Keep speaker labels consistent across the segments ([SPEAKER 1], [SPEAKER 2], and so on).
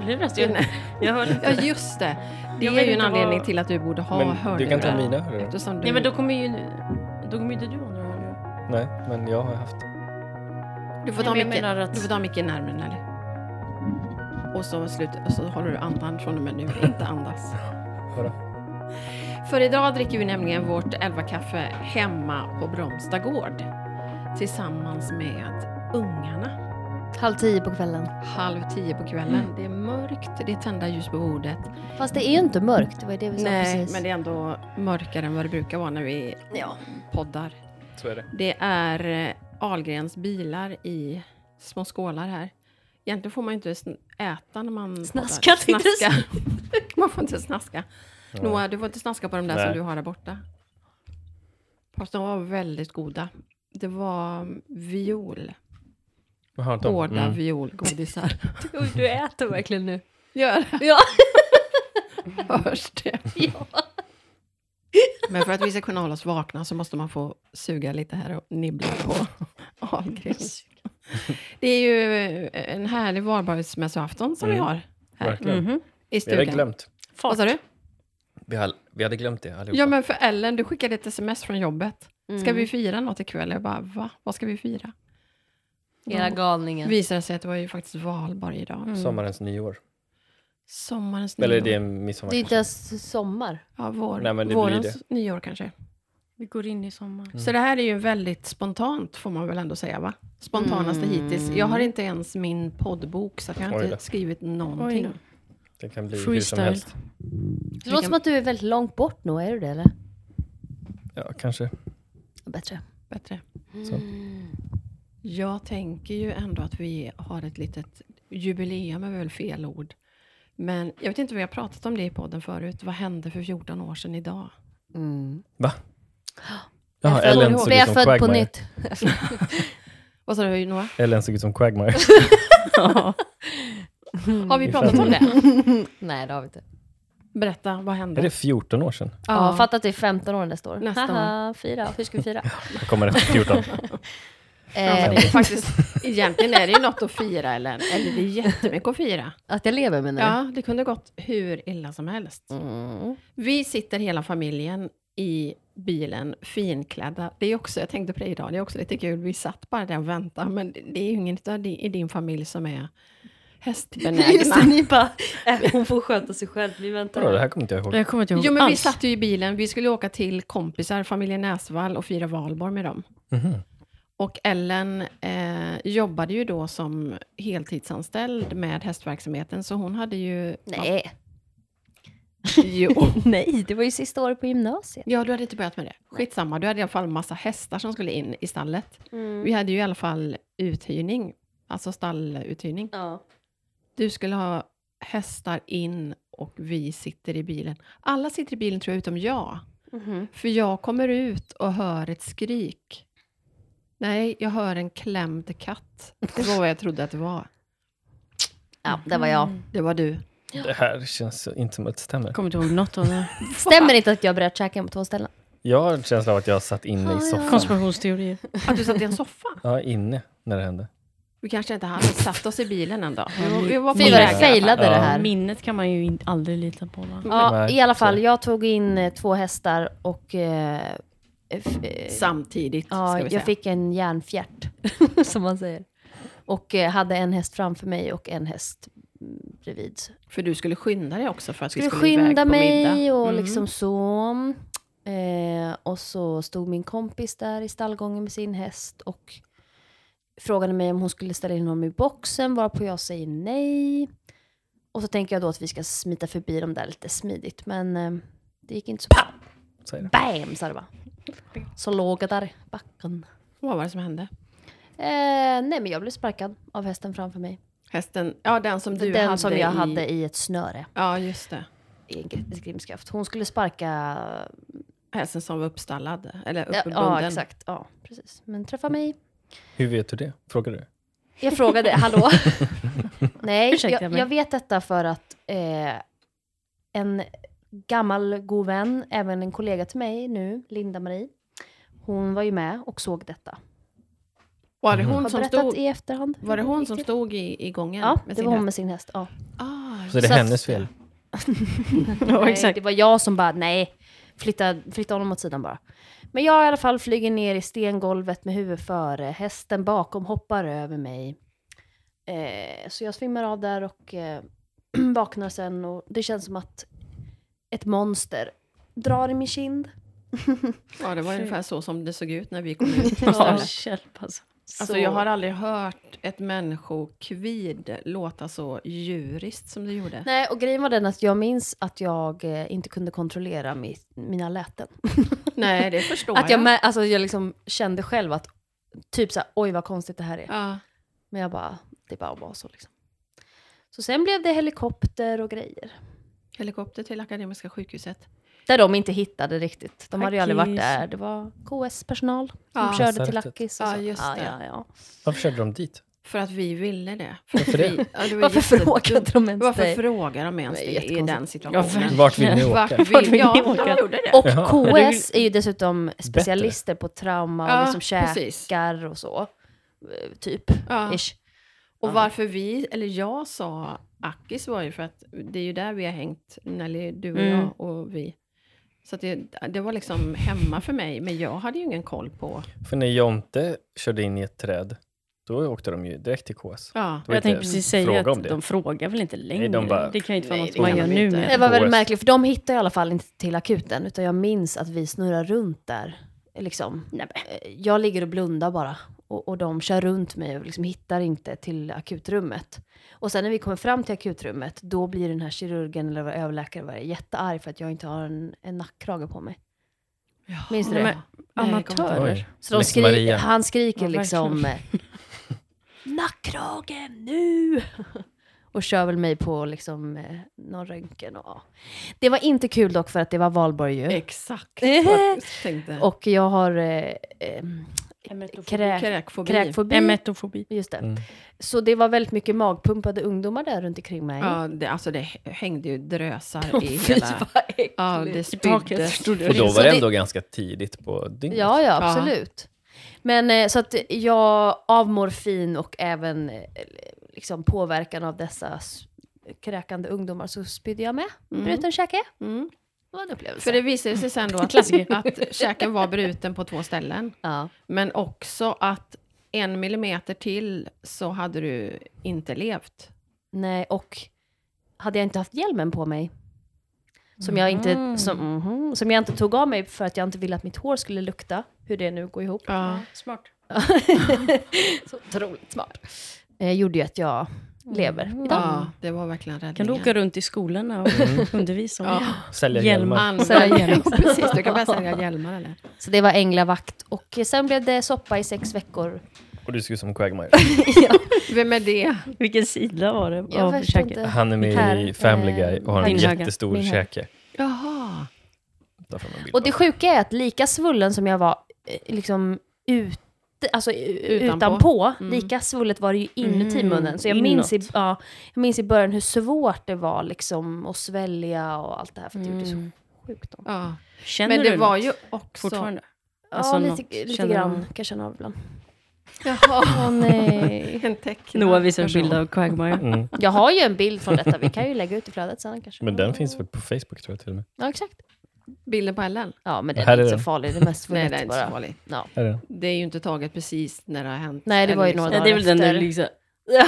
[SPEAKER 1] hörlurar. Jag, jag hörde
[SPEAKER 2] Ja,
[SPEAKER 1] inte.
[SPEAKER 2] just det. Det
[SPEAKER 1] Jag
[SPEAKER 2] är
[SPEAKER 1] vet
[SPEAKER 2] ju en
[SPEAKER 1] inte vad-
[SPEAKER 2] anledning till att du borde ha
[SPEAKER 3] Men
[SPEAKER 2] hörlurar.
[SPEAKER 3] du kan ta mina hörlurar.
[SPEAKER 2] Eftersom du...
[SPEAKER 1] Nej, men då kommer ju... Då kommer ju inte du ha några hörlurar.
[SPEAKER 3] Nej, men jag har haft.
[SPEAKER 2] Du får
[SPEAKER 1] Nej,
[SPEAKER 2] ta
[SPEAKER 1] men jag
[SPEAKER 2] micken,
[SPEAKER 1] menar att-
[SPEAKER 2] du får ta micken närmare eller? Och så, slut, och så håller du andan från och med nu, inte andas.
[SPEAKER 3] Vadå?
[SPEAKER 2] För idag dricker vi nämligen vårt elva kaffe hemma på Bromsta gård tillsammans med ungarna.
[SPEAKER 4] Halv tio på kvällen.
[SPEAKER 2] Halv tio på kvällen.
[SPEAKER 1] Mm.
[SPEAKER 2] Det är mörkt, det är tända ljus på bordet.
[SPEAKER 4] Fast det är ju inte mörkt, det var ju det vi sa precis.
[SPEAKER 2] men det är ändå mörkare än vad det brukar vara när vi
[SPEAKER 4] Ja.
[SPEAKER 2] poddar.
[SPEAKER 3] Så är det.
[SPEAKER 2] Det är Algrens bilar i små skålar här. Egentligen får man ju inte sn- äta när man
[SPEAKER 4] Snaska,
[SPEAKER 2] poddar.
[SPEAKER 4] tänkte jag
[SPEAKER 2] snaska. Man får inte snaska. Noah, du får inte snaska på de där som
[SPEAKER 3] Nej.
[SPEAKER 2] du har där borta. Fast de var väldigt goda. Det var viol,
[SPEAKER 3] Jag har inte dem.
[SPEAKER 2] hårda
[SPEAKER 3] Mm.
[SPEAKER 2] violgodisar.
[SPEAKER 4] Oj, du äter verkligen nu.
[SPEAKER 2] Gör
[SPEAKER 4] Ja.
[SPEAKER 2] hörs det? Men för att vi ska kunna hålla oss vakna så måste man få suga lite här och nibbla på Ahlgrens. Det är ju eh, en härlig valborgsmässoafton som vi
[SPEAKER 3] Mm.
[SPEAKER 2] har här
[SPEAKER 3] Verkligen.
[SPEAKER 1] Mm-hmm.
[SPEAKER 2] i
[SPEAKER 3] Vi hade
[SPEAKER 2] stugan.
[SPEAKER 3] glömt.
[SPEAKER 2] Vad sa du?
[SPEAKER 3] Vi, hade, vi hade glömt det allihopa.
[SPEAKER 2] Ja, men för Ellen, du skickade ett sms från jobbet. Ska
[SPEAKER 4] Mm.
[SPEAKER 2] vi fira något ikväll? Jag bara, va? Vad ska vi fira?
[SPEAKER 4] Era
[SPEAKER 2] Då
[SPEAKER 4] galningar.
[SPEAKER 2] visade det sig att det var ju faktiskt valborg idag.
[SPEAKER 3] Mm.
[SPEAKER 4] mm.
[SPEAKER 1] Mm.
[SPEAKER 3] Sommarens nyår.
[SPEAKER 2] Sommarens
[SPEAKER 3] Eller
[SPEAKER 2] nyår.
[SPEAKER 3] det är midsommar.
[SPEAKER 4] Mm. Det är inte
[SPEAKER 3] kanske.
[SPEAKER 4] ens sommar.
[SPEAKER 2] Ja, vår,
[SPEAKER 3] Nej, men det blir
[SPEAKER 2] vårens
[SPEAKER 3] det.
[SPEAKER 2] nyår kanske.
[SPEAKER 1] Vi går in i sommar.
[SPEAKER 2] Så det här är ju väldigt spontant, får man väl ändå säga, va? Spontanaste hittills. Jag har inte ens min poddbok, så att jag har
[SPEAKER 3] Oj
[SPEAKER 2] inte
[SPEAKER 3] då.
[SPEAKER 2] skrivit
[SPEAKER 1] Oj
[SPEAKER 2] någonting.
[SPEAKER 1] då.
[SPEAKER 3] Det kan bli hur som
[SPEAKER 1] Freestyle.
[SPEAKER 3] helst.
[SPEAKER 4] Det låter som att du är väldigt långt bort nu, är du det eller?
[SPEAKER 3] Ja, kanske.
[SPEAKER 4] Bättre.
[SPEAKER 2] Bättre.
[SPEAKER 3] Så.
[SPEAKER 2] Jag tänker ju ändå att vi har ett litet jubileum, är väl fel ord. Men jag vet inte, vi har pratat om det i podden förut. Vad hände för 14 år sedan idag?
[SPEAKER 3] Va?
[SPEAKER 4] Jag
[SPEAKER 3] Jaha,
[SPEAKER 4] född-
[SPEAKER 3] Ellen såg
[SPEAKER 4] Blev
[SPEAKER 3] ut
[SPEAKER 4] jag
[SPEAKER 3] som
[SPEAKER 4] född på
[SPEAKER 3] Quagmire.
[SPEAKER 4] nytt?
[SPEAKER 2] Vad sa du, Noah?
[SPEAKER 3] Ellen såg ut som Quagmire.
[SPEAKER 2] Mm. Har vi pratat om det?
[SPEAKER 4] Nej, det har vi inte.
[SPEAKER 2] Berätta, vad hände?
[SPEAKER 3] är det 14 år sedan?
[SPEAKER 4] Ja, fatta att det är 15 år nästa år.
[SPEAKER 2] Nästa
[SPEAKER 4] Haha, fyra. Hur ska vi fira?
[SPEAKER 3] Jag kommer efter 14.
[SPEAKER 2] Ja, men
[SPEAKER 4] eh,
[SPEAKER 2] det är ju faktiskt, egentligen är det ju något att fira, Ellen. Eller det är jättemycket att fira.
[SPEAKER 4] att jag lever menar du?
[SPEAKER 2] Ja, det kunde gått hur illa som helst.
[SPEAKER 4] Mm.
[SPEAKER 2] Vi sitter hela familjen i bilen, finklädda. Det är också, jag tänkte på det idag, det är också lite kul. Vi satt bara där och väntade, men det är ju ingen utav di- i din familj som är
[SPEAKER 4] Just det,
[SPEAKER 2] hästbenägna.
[SPEAKER 4] ni bara, "Äh, hon får sköta sig själv, vi väntar.
[SPEAKER 3] Vadå, det här kommer inte jag ihåg.
[SPEAKER 1] Jag kommer inte ihåg
[SPEAKER 2] Jo, men vi
[SPEAKER 1] alls.
[SPEAKER 2] satt ju i bilen. Vi skulle åka till kompisar, familjen Näsvall, och fira valborg med dem.
[SPEAKER 3] Mhm.
[SPEAKER 2] Och Ellen eh, jobbade ju då som heltidsanställd med hästverksamheten, så hon hade ju...
[SPEAKER 4] Nej.
[SPEAKER 2] Jo.
[SPEAKER 4] Nej, det var ju sista året på gymnasiet.
[SPEAKER 2] Ja, du hade inte börjat med det. Skitsamma, du hade i alla fall massa hästar som skulle in i stallet.
[SPEAKER 4] Mm.
[SPEAKER 2] Vi hade ju i alla fall uthyrning, alltså stalluthyrning.
[SPEAKER 4] Ja.
[SPEAKER 2] Du skulle ha hästar in och vi sitter i bilen. Alla sitter i bilen tror jag, utom jag.
[SPEAKER 4] Mhm.
[SPEAKER 2] För jag kommer ut och hör ett skrik. Nej, jag hör en klämd katt. Det var vad jag trodde att det var.
[SPEAKER 4] ja, det var jag.
[SPEAKER 2] Det var du.
[SPEAKER 3] Det här känns inte som att det stämmer.
[SPEAKER 1] Jag kommer inte ihåg något av det.
[SPEAKER 4] Stämmer inte att jag bröt käken på två ställen?
[SPEAKER 3] Jag har en känsla av att jag satt inne i
[SPEAKER 4] Ah, ja.
[SPEAKER 3] soffan.
[SPEAKER 1] Konspirationsteorier.
[SPEAKER 2] Att du satt i en soffa.
[SPEAKER 3] Ja, inne när det hände.
[SPEAKER 2] Vi kanske inte hade satt oss i bilen en dag. Vi var- vi var på
[SPEAKER 4] Fy vad det
[SPEAKER 2] väg.
[SPEAKER 4] failade
[SPEAKER 3] Ja.
[SPEAKER 4] det här.
[SPEAKER 1] Minnet kan man ju in, aldrig lita på. Va?
[SPEAKER 4] Ja,
[SPEAKER 3] Nej,
[SPEAKER 4] i alla
[SPEAKER 3] så.
[SPEAKER 4] fall. Jag tog in eh, två hästar och... Eh, f- eh,
[SPEAKER 2] Samtidigt,
[SPEAKER 4] ja,
[SPEAKER 2] ska vi säga.
[SPEAKER 4] jag fick en järnfjärt, som man säger. Och eh, hade en häst framför mig och en häst mm, bredvid.
[SPEAKER 2] För du skulle skynda dig också för att
[SPEAKER 4] Skulle
[SPEAKER 2] vi skulle iväg
[SPEAKER 4] skynda
[SPEAKER 2] på
[SPEAKER 4] mig
[SPEAKER 2] middag.
[SPEAKER 4] och
[SPEAKER 2] Mm.
[SPEAKER 4] liksom så. Eh, och så stod min kompis där i stallgången med sin häst och frågade mig om hon skulle ställa in honom i boxen, varpå jag säger nej. Och så tänker jag då att vi ska smita förbi dem där lite smidigt, men eh, det gick inte så bra.
[SPEAKER 3] Säger det.
[SPEAKER 4] Bam, sa det bara. Så låg jag där i
[SPEAKER 2] Mm.
[SPEAKER 4] backen.
[SPEAKER 2] Vad var det som hände?
[SPEAKER 4] Eh, nej, men jag blev sparkad av hästen framför mig.
[SPEAKER 2] Hästen, ja den som du
[SPEAKER 4] Den
[SPEAKER 2] hade
[SPEAKER 4] som jag
[SPEAKER 2] i...
[SPEAKER 4] hade i ett snöre
[SPEAKER 2] Ja, just det.
[SPEAKER 4] i en gr- grimskaft. Hon skulle sparka
[SPEAKER 2] Hästen som var uppstallad, eller
[SPEAKER 4] Ja,
[SPEAKER 2] uppbunden.
[SPEAKER 4] ja, exakt. Ja, precis. Men träffa
[SPEAKER 2] Mm.
[SPEAKER 4] mig.
[SPEAKER 3] Hur vet du det? Frågar du?
[SPEAKER 4] Jag frågade, hallå? Nej,
[SPEAKER 1] Ursäkta
[SPEAKER 4] jag,
[SPEAKER 1] mig.
[SPEAKER 4] jag vet detta för att eh, en gammal god vän, även en kollega till mig nu, Linda-Marie, hon var ju med och såg detta.
[SPEAKER 2] Var det
[SPEAKER 4] Hon
[SPEAKER 2] hon
[SPEAKER 4] Mm. har
[SPEAKER 2] som
[SPEAKER 4] berättat
[SPEAKER 2] stod,
[SPEAKER 4] i efterhand. hur
[SPEAKER 2] var det hon som
[SPEAKER 4] gick till.
[SPEAKER 2] stod i, i gången?
[SPEAKER 4] Ja,
[SPEAKER 2] med
[SPEAKER 4] det
[SPEAKER 2] sin
[SPEAKER 4] var hon
[SPEAKER 2] häst?
[SPEAKER 4] med sin häst. Ja.
[SPEAKER 2] Ah,
[SPEAKER 3] Så det är
[SPEAKER 4] Så att-
[SPEAKER 3] hennes fel.
[SPEAKER 1] Ja,
[SPEAKER 4] Nej,
[SPEAKER 1] exakt.
[SPEAKER 4] Eh, Det var jag som bara, nej, flytta, flytta honom åt sidan bara. Men jag i alla fall flyger ner i stengolvet med huvudet före. Hästen bakom hoppar över mig. Eh, så jag svimmar av där och eh, vaknar sen och det känns som att ett monster drar i min kind.
[SPEAKER 2] Ja, det var
[SPEAKER 1] Shit.
[SPEAKER 2] ungefär så som det såg ut när vi kom ut.
[SPEAKER 1] Ja, hjälp alltså.
[SPEAKER 2] Alltså, jag har aldrig hört ett människokvid låta så djuriskt som det gjorde.
[SPEAKER 4] Nej, och grejen var den att jag minns att jag eh, inte kunde kontrollera mitt, mina läten.
[SPEAKER 2] Nej, det förstår
[SPEAKER 4] Att jag, mä- alltså, jag liksom kände själv att typ så här, oj vad konstigt det här är.
[SPEAKER 2] Ja.
[SPEAKER 4] Men jag bara, det bara var så liksom. Så sen blev det helikopter och grejer.
[SPEAKER 2] Helikopter till Akademiska sjukhuset.
[SPEAKER 4] Där de inte hittade riktigt. De hade ju aldrig varit
[SPEAKER 1] Akis.
[SPEAKER 4] där. Det var KS-personal som
[SPEAKER 2] Ja.
[SPEAKER 4] körde till
[SPEAKER 3] Lasarettet.
[SPEAKER 4] Lackis. och
[SPEAKER 2] Ja,
[SPEAKER 4] så.
[SPEAKER 2] just
[SPEAKER 4] ja,
[SPEAKER 2] det.
[SPEAKER 4] Ja, ja.
[SPEAKER 3] Varför körde de dit?
[SPEAKER 2] För att vi ville det. För
[SPEAKER 3] Varför
[SPEAKER 2] vi,
[SPEAKER 3] det?
[SPEAKER 2] ja, det var
[SPEAKER 4] Varför
[SPEAKER 2] jättedumt.
[SPEAKER 4] frågade de ens
[SPEAKER 2] Varför
[SPEAKER 4] dig?
[SPEAKER 2] frågar de ens
[SPEAKER 4] Det är
[SPEAKER 2] det i
[SPEAKER 4] jättekonstigt.
[SPEAKER 2] den situationen?
[SPEAKER 1] verkligen.
[SPEAKER 3] Vart vill ni
[SPEAKER 2] Vart
[SPEAKER 3] åka?
[SPEAKER 1] Vart vill
[SPEAKER 2] vill,
[SPEAKER 1] ni
[SPEAKER 2] ja,
[SPEAKER 1] åka?
[SPEAKER 2] de gjorde det.
[SPEAKER 4] Och
[SPEAKER 3] Jaha.
[SPEAKER 4] KS är ju dessutom specialister på trauma och
[SPEAKER 2] Ja,
[SPEAKER 4] liksom
[SPEAKER 2] precis.
[SPEAKER 4] käkar och så. eh, Typ.
[SPEAKER 2] Ja.
[SPEAKER 4] Ish.
[SPEAKER 2] Och
[SPEAKER 4] Ja.
[SPEAKER 2] varför vi, eller jag sa Akis var ju för att det är ju där vi har hängt, Nelly, du och
[SPEAKER 1] Mm.
[SPEAKER 2] jag och vi. Så att det, det var liksom hemma för mig, men jag hade ju ingen koll på...
[SPEAKER 3] För när Jonte körde in i ett träd, då åkte de ju direkt till KS.
[SPEAKER 2] Ja.
[SPEAKER 3] Det var
[SPEAKER 1] Jag
[SPEAKER 3] inte
[SPEAKER 1] tänkte precis säga
[SPEAKER 3] fråga
[SPEAKER 1] att
[SPEAKER 3] om det.
[SPEAKER 1] de frågar väl inte längre?
[SPEAKER 3] bara-
[SPEAKER 1] det kan ju inte vara
[SPEAKER 2] Nej,
[SPEAKER 1] något
[SPEAKER 2] det
[SPEAKER 1] man
[SPEAKER 2] kan
[SPEAKER 1] gör
[SPEAKER 2] de
[SPEAKER 1] nu
[SPEAKER 2] inte.
[SPEAKER 1] med.
[SPEAKER 4] Det var väldigt
[SPEAKER 3] KS.
[SPEAKER 4] märkligt, för de hittade i alla fall inte till akuten. Utan jag minns att vi snurrar runt där. Liksom. Eh, Jag ligger och blundar bara. Och, och de kör runt mig och liksom hittar inte till akutrummet. Och sen när vi kommer fram till akutrummet, då blir den här kirurgen eller överläkaren vad det är, jättearg för att jag inte har en, en nackkrage på mig. Minns du det?
[SPEAKER 2] Nej, jag kommer inte ihåg.
[SPEAKER 1] Amatörer.
[SPEAKER 4] Så de
[SPEAKER 3] Lex
[SPEAKER 4] skri-
[SPEAKER 3] Maria.
[SPEAKER 4] han skriker
[SPEAKER 1] Ja,
[SPEAKER 4] liksom eh, nackkragen nu! och kör väl mig på liksom eh, någon röntgen och ja. Det var inte kul dock för att det var valborg ju.
[SPEAKER 2] Exakt vad jag tänkte.
[SPEAKER 4] Och jag har eh, eh, krä-
[SPEAKER 2] kräkfobi.
[SPEAKER 4] kräkfobi.
[SPEAKER 1] Emetofobi.
[SPEAKER 4] Just det.
[SPEAKER 3] Mm.
[SPEAKER 4] Så det var väldigt mycket magpumpade ungdomar där runt omkring mig.
[SPEAKER 2] Ja, det, alltså det hängde ju drösar i
[SPEAKER 4] Fy
[SPEAKER 2] hela...
[SPEAKER 4] vad äckligt.
[SPEAKER 2] Ja, det
[SPEAKER 1] I taket
[SPEAKER 2] spyddes.
[SPEAKER 1] stod det.
[SPEAKER 3] Och då
[SPEAKER 4] Så
[SPEAKER 3] var det
[SPEAKER 4] det-
[SPEAKER 3] ändå ganska tidigt på dygnet.
[SPEAKER 4] Ja, ja,
[SPEAKER 2] Ja.
[SPEAKER 4] absolut. Men eh, så att jag av morfin och även eh, liksom påverkan av dessa s- kräkande ungdomar så spydde jag med bruten käke.
[SPEAKER 2] Mm.
[SPEAKER 4] Det var en upplevelse.
[SPEAKER 2] För det visade sig sen då att,
[SPEAKER 1] Klassiker.
[SPEAKER 2] att käken var bruten på två ställen.
[SPEAKER 4] ja.
[SPEAKER 2] Men också att en millimeter till så hade du inte levt.
[SPEAKER 4] Nej, och hade jag inte haft hjälmen på mig som jag inte,
[SPEAKER 1] Mhm.
[SPEAKER 4] som, mhm, som jag inte tog av mig för att jag inte ville att mitt hår skulle lukta, hur det nu går ihop.
[SPEAKER 2] Ja.
[SPEAKER 1] Smart.
[SPEAKER 4] så otroligt smart. Eh, gjorde ju att jag lever idag.
[SPEAKER 2] Mm. ja, det var verkligen räddningen.
[SPEAKER 1] Kan du åka runt i skolorna och undervisa om
[SPEAKER 2] Ja.
[SPEAKER 3] Sälja
[SPEAKER 1] Hjälmar.
[SPEAKER 3] hjälmar.
[SPEAKER 2] Använda
[SPEAKER 4] Sälja
[SPEAKER 2] hjälm. Precis, du kan börja sälja hjälmar eller?
[SPEAKER 4] Så det var änglavakt. Och eh, sen blev det soppa i sex veckor.
[SPEAKER 3] Och du ser ut som Quagmire.
[SPEAKER 2] Vem är det?
[SPEAKER 1] det? Vilken sida var det?
[SPEAKER 4] Jag
[SPEAKER 1] av
[SPEAKER 4] vet
[SPEAKER 1] käken?
[SPEAKER 4] inte.
[SPEAKER 3] Han är med
[SPEAKER 4] Här,
[SPEAKER 3] i Family
[SPEAKER 4] eh,
[SPEAKER 3] Guy och har en
[SPEAKER 1] min höga,
[SPEAKER 3] jättestor
[SPEAKER 1] min höga.
[SPEAKER 3] käke.
[SPEAKER 2] Jaha.
[SPEAKER 3] Där får man bild
[SPEAKER 4] Och det
[SPEAKER 3] på.
[SPEAKER 4] sjuka är att lika svullen som jag var eh, liksom ute, alltså utanpå,
[SPEAKER 2] Utanpå.
[SPEAKER 4] utanpå
[SPEAKER 2] Mm.
[SPEAKER 4] lika svullet var det ju inuti
[SPEAKER 1] Mm,
[SPEAKER 4] munnen. Så jag minns, i,
[SPEAKER 1] inåt.
[SPEAKER 4] ja, jag minns i början hur svårt det var liksom att svälja och allt det här för att det gjorde så
[SPEAKER 1] Mm.
[SPEAKER 4] sjukt ont.
[SPEAKER 2] Ja.
[SPEAKER 1] Känner
[SPEAKER 2] Men det
[SPEAKER 1] du
[SPEAKER 2] var
[SPEAKER 1] något
[SPEAKER 2] ju också...
[SPEAKER 1] fortfarande?
[SPEAKER 4] Ja,
[SPEAKER 1] Alltså, något
[SPEAKER 4] lite, lite
[SPEAKER 1] känner
[SPEAKER 4] grann
[SPEAKER 1] man-
[SPEAKER 4] kan jag känna av ibland.
[SPEAKER 2] Jaha.
[SPEAKER 4] Åh nej.
[SPEAKER 2] En tecknad
[SPEAKER 1] Noah visar en
[SPEAKER 2] person.
[SPEAKER 1] bild av Quagmire.
[SPEAKER 3] Mm.
[SPEAKER 4] Jag har ju en bild från detta, vi kan ju lägga ut i flödet sen kanske.
[SPEAKER 3] Men den finns väl på Facebook tror jag till och med.
[SPEAKER 4] Ja, exakt.
[SPEAKER 2] Bilden på Ellen?
[SPEAKER 4] Ja, men den
[SPEAKER 3] Här
[SPEAKER 4] är
[SPEAKER 3] är
[SPEAKER 4] inte så
[SPEAKER 3] den.
[SPEAKER 4] farlig, det är mest
[SPEAKER 2] Nej,
[SPEAKER 4] svullet
[SPEAKER 2] det är inte så
[SPEAKER 4] bara.
[SPEAKER 2] farligt.
[SPEAKER 4] Ja.
[SPEAKER 3] Här är den.
[SPEAKER 2] Det är ju inte taget precis när det har hänt.
[SPEAKER 4] Nej, det
[SPEAKER 2] Eller
[SPEAKER 4] var ju
[SPEAKER 2] liksom-
[SPEAKER 4] några
[SPEAKER 1] Nej, det är väl den där liksom...
[SPEAKER 4] Det
[SPEAKER 1] Ja.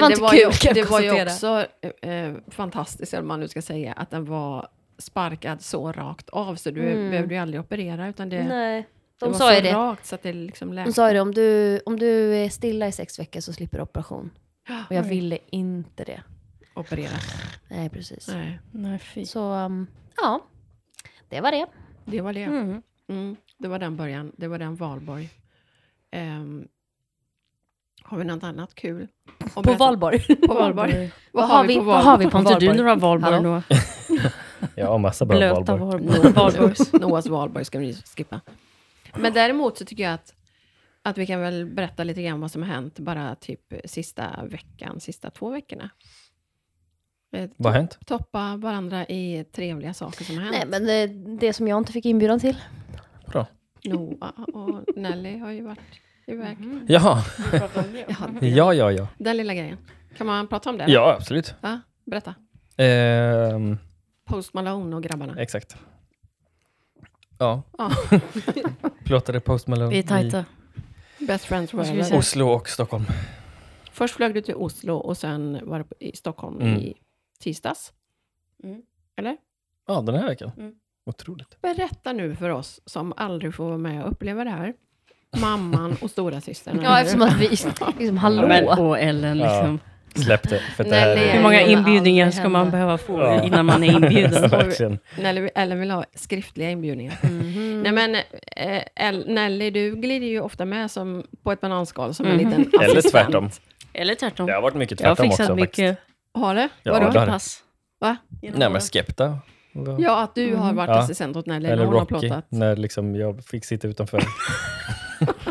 [SPEAKER 4] var inte kul, kan
[SPEAKER 2] ju,
[SPEAKER 4] jag
[SPEAKER 2] Det var ju
[SPEAKER 4] konstatera.
[SPEAKER 2] också eh, eh, fantastiskt, eller vad man nu ska säga, att den var sparkad så rakt av, så du
[SPEAKER 4] Mm.
[SPEAKER 2] behövde ju aldrig operera, utan det, det
[SPEAKER 4] Nej. De
[SPEAKER 2] var
[SPEAKER 4] sa ju
[SPEAKER 2] så
[SPEAKER 4] det.
[SPEAKER 2] rakt så att det liksom läkte.
[SPEAKER 4] De sa ju det, om du, om du är stilla i sex veckor så slipper du operation. Och jag ville inte det.
[SPEAKER 2] Operera.
[SPEAKER 4] Nej, precis.
[SPEAKER 2] Nej,
[SPEAKER 1] Nej, fy.
[SPEAKER 4] Så, um, ja. Det var det.
[SPEAKER 2] det var det.
[SPEAKER 1] Mm.
[SPEAKER 2] Mm, det var den början, det var den valborg. Ehm, har vi något annat kul? att
[SPEAKER 4] På
[SPEAKER 2] berätta?
[SPEAKER 4] valborg.
[SPEAKER 2] På valborg.
[SPEAKER 4] Vad har vi-
[SPEAKER 2] på
[SPEAKER 4] vad
[SPEAKER 2] valborg?
[SPEAKER 4] vi på
[SPEAKER 1] Har inte du
[SPEAKER 4] valborg?
[SPEAKER 1] några valborg
[SPEAKER 4] Hallå?
[SPEAKER 1] då?
[SPEAKER 3] Jag har massa bra
[SPEAKER 1] Blöta
[SPEAKER 3] valborg.
[SPEAKER 1] valborg. Valborgs.
[SPEAKER 2] Noahs valborg ska vi skippa. Men däremot så tycker jag att, att vi kan väl berätta lite grann vad som har hänt bara typ sista veckan, sista två veckorna. Eh,
[SPEAKER 3] Vad har hänt?
[SPEAKER 2] Toppa varandra i trevliga saker som har hänt.
[SPEAKER 4] Nej, men det, det som jag inte fick inbjudan till.
[SPEAKER 3] Bra.
[SPEAKER 2] Noah och
[SPEAKER 1] Mhm.
[SPEAKER 2] Nelly har ju varit iväg.
[SPEAKER 3] Jaha, ja, ja, ja.
[SPEAKER 2] Den lilla grejen. Kan man prata om det? eller?
[SPEAKER 3] Ja, absolut.
[SPEAKER 2] Ja, berätta.
[SPEAKER 3] Ehm,
[SPEAKER 2] Post Malone och grabbarna.
[SPEAKER 3] exakt. Ja.
[SPEAKER 2] Ja.
[SPEAKER 3] Plåtade Post Malone
[SPEAKER 1] Vi är tajta.
[SPEAKER 2] Best Friends
[SPEAKER 1] Vad ska vi
[SPEAKER 3] i
[SPEAKER 2] Forever.
[SPEAKER 1] säga?
[SPEAKER 3] Oslo och Stockholm.
[SPEAKER 2] Först flög du till Oslo och sen var du på- i Stockholm
[SPEAKER 3] Mm.
[SPEAKER 2] i tisdags.
[SPEAKER 1] Mm.
[SPEAKER 2] Eller?
[SPEAKER 3] Ja, den här veckan.
[SPEAKER 1] Mm.
[SPEAKER 3] Otroligt.
[SPEAKER 2] Berätta nu för oss som aldrig får vara med och uppleva det här. Mamman och stora systern.
[SPEAKER 4] Ja, eftersom att vi... Liksom, hallå.
[SPEAKER 1] Men, och Ellen
[SPEAKER 3] Ja.
[SPEAKER 1] liksom.
[SPEAKER 3] Släpp det. För det
[SPEAKER 4] Nej,
[SPEAKER 3] här
[SPEAKER 4] nej.
[SPEAKER 1] Hur
[SPEAKER 3] är
[SPEAKER 1] många
[SPEAKER 4] det kommer
[SPEAKER 1] inbjudningar
[SPEAKER 4] aldrig
[SPEAKER 1] ska man
[SPEAKER 4] hända.
[SPEAKER 1] behöva få
[SPEAKER 3] Ja.
[SPEAKER 1] innan man är inbjuden?
[SPEAKER 3] verkligen.
[SPEAKER 2] Nelly, Ellen vill ha skriftliga inbjudningar.
[SPEAKER 1] Mm.
[SPEAKER 2] Nej, men, eh, El- Nelly, du glider ju ofta med som, på ett bananskal som en
[SPEAKER 1] Mhm.
[SPEAKER 2] liten assistent.
[SPEAKER 3] Eller tvärtom.
[SPEAKER 1] Eller tvärtom.
[SPEAKER 3] Det har varit mycket
[SPEAKER 1] jag har
[SPEAKER 3] tvärtom
[SPEAKER 1] fixat
[SPEAKER 3] också. faktiskt.
[SPEAKER 1] mycket.
[SPEAKER 2] Har det?
[SPEAKER 3] Ja,
[SPEAKER 2] Vadå?
[SPEAKER 3] det har det.
[SPEAKER 1] Pass.
[SPEAKER 2] Va?
[SPEAKER 1] Genom
[SPEAKER 3] Nej,
[SPEAKER 1] åren.
[SPEAKER 3] men Skepta.
[SPEAKER 2] Ja, att du
[SPEAKER 1] Mm.
[SPEAKER 2] har varit
[SPEAKER 3] Ja.
[SPEAKER 2] assistent åt Nelly.
[SPEAKER 3] Eller
[SPEAKER 2] när hon har
[SPEAKER 3] Rocky,
[SPEAKER 2] plåtat.
[SPEAKER 3] när liksom jag fick sitta utanför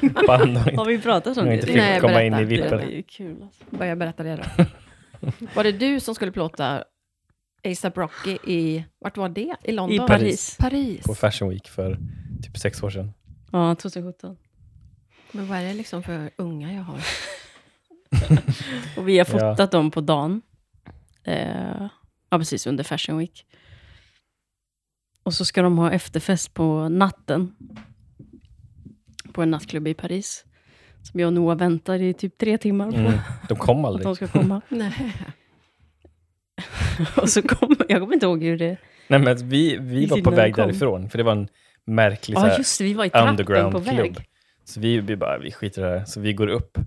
[SPEAKER 3] band och
[SPEAKER 1] Har
[SPEAKER 3] inte,
[SPEAKER 1] vi pratat om
[SPEAKER 3] och
[SPEAKER 1] det?
[SPEAKER 3] inte fick
[SPEAKER 2] Nej,
[SPEAKER 3] komma
[SPEAKER 2] berätta.
[SPEAKER 3] in i
[SPEAKER 1] det var
[SPEAKER 3] vippen.
[SPEAKER 1] ju kul. Alltså.
[SPEAKER 2] Börja berätta det då. Var det du som skulle plåta ASAP Rocky i, vart var det? I London?
[SPEAKER 1] I Paris.
[SPEAKER 2] Paris.
[SPEAKER 3] På Fashion Week för typ sex år sedan.
[SPEAKER 1] Ja, 2017.
[SPEAKER 2] Men vad är det liksom för unga jag har?
[SPEAKER 1] Och vi har fotat dem på dagen. Eh, ja, precis under Fashion Week. Och så ska de ha efterfest på natten. På en nattklubb i Paris. Som jag och Noah väntar i typ tre timmar på.
[SPEAKER 3] Mm. De kom
[SPEAKER 1] Att
[SPEAKER 3] aldrig.
[SPEAKER 1] de ska komma.
[SPEAKER 2] Nej.
[SPEAKER 1] Och så kommer, jag kommer inte ihåg hur det...
[SPEAKER 3] Nej, men vi, vi
[SPEAKER 1] Precis
[SPEAKER 3] var på
[SPEAKER 1] när de
[SPEAKER 3] väg
[SPEAKER 1] kom.
[SPEAKER 3] därifrån, för det var en märklig
[SPEAKER 1] Ja,
[SPEAKER 3] så här,
[SPEAKER 1] just det, vi var i trappen på väg.
[SPEAKER 3] underground-klubb. Så vi, vi bara, vi skiter i det här. Så vi går upp,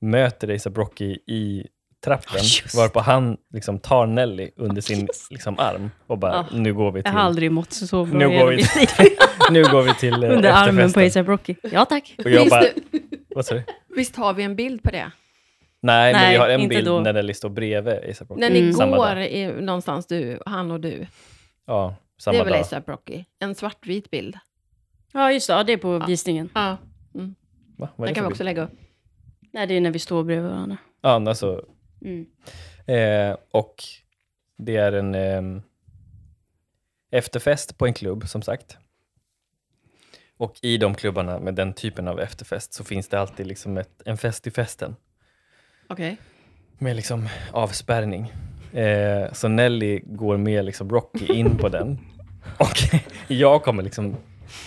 [SPEAKER 3] möter ASAP Rocky i trappen,
[SPEAKER 1] Ja, Ah, just Ah,
[SPEAKER 3] varpå han liksom tar Nelly under sin
[SPEAKER 1] just.
[SPEAKER 3] liksom, arm och bara,
[SPEAKER 1] Ah,
[SPEAKER 3] nu går vi
[SPEAKER 1] Jag
[SPEAKER 3] till,
[SPEAKER 1] har aldrig mått så- så bra
[SPEAKER 3] typ. Nu
[SPEAKER 1] i hela
[SPEAKER 3] går vi
[SPEAKER 1] mitt
[SPEAKER 3] till-
[SPEAKER 1] liv.
[SPEAKER 3] nu går vi till eh,
[SPEAKER 1] Under armen på
[SPEAKER 3] efterfesten.
[SPEAKER 1] ASAP Rocky. Ja tack.
[SPEAKER 3] Och jag
[SPEAKER 2] Visst
[SPEAKER 3] bara,
[SPEAKER 2] nu-
[SPEAKER 3] vad sa du?
[SPEAKER 2] Visst har vi en bild på det?
[SPEAKER 3] Nej, men
[SPEAKER 1] Nej,
[SPEAKER 3] vi har en
[SPEAKER 1] inte
[SPEAKER 3] bild
[SPEAKER 1] då.
[SPEAKER 3] när Nelly står bredvid ASAP Rocky.
[SPEAKER 2] När ni
[SPEAKER 1] Mm.
[SPEAKER 3] Samma
[SPEAKER 2] går
[SPEAKER 3] dag.
[SPEAKER 2] i, någonstans, du, han och du.
[SPEAKER 3] Ja,
[SPEAKER 2] Det
[SPEAKER 3] samma
[SPEAKER 2] är väl
[SPEAKER 3] dag.
[SPEAKER 2] ASAP Rocky? En svartvit bild.
[SPEAKER 1] Ja just det, ja, det är på visningen.
[SPEAKER 2] Ja,
[SPEAKER 3] Va? Vad är
[SPEAKER 2] den kan
[SPEAKER 3] det för
[SPEAKER 2] vi
[SPEAKER 3] bild?
[SPEAKER 2] också lägga upp.
[SPEAKER 1] Nej det är när vi står bredvid varandra.
[SPEAKER 3] Ja, men alltså,
[SPEAKER 1] Mm.
[SPEAKER 3] eh, och det är en ehm, efterfest på en klubb, som sagt. Och i de klubbarna med den typen av efterfest så finns det alltid liksom ett, en fest i festen
[SPEAKER 2] Okej.
[SPEAKER 3] med liksom avspärrning. Eh, så Nelly går med liksom Rocky in på den och jag kommer liksom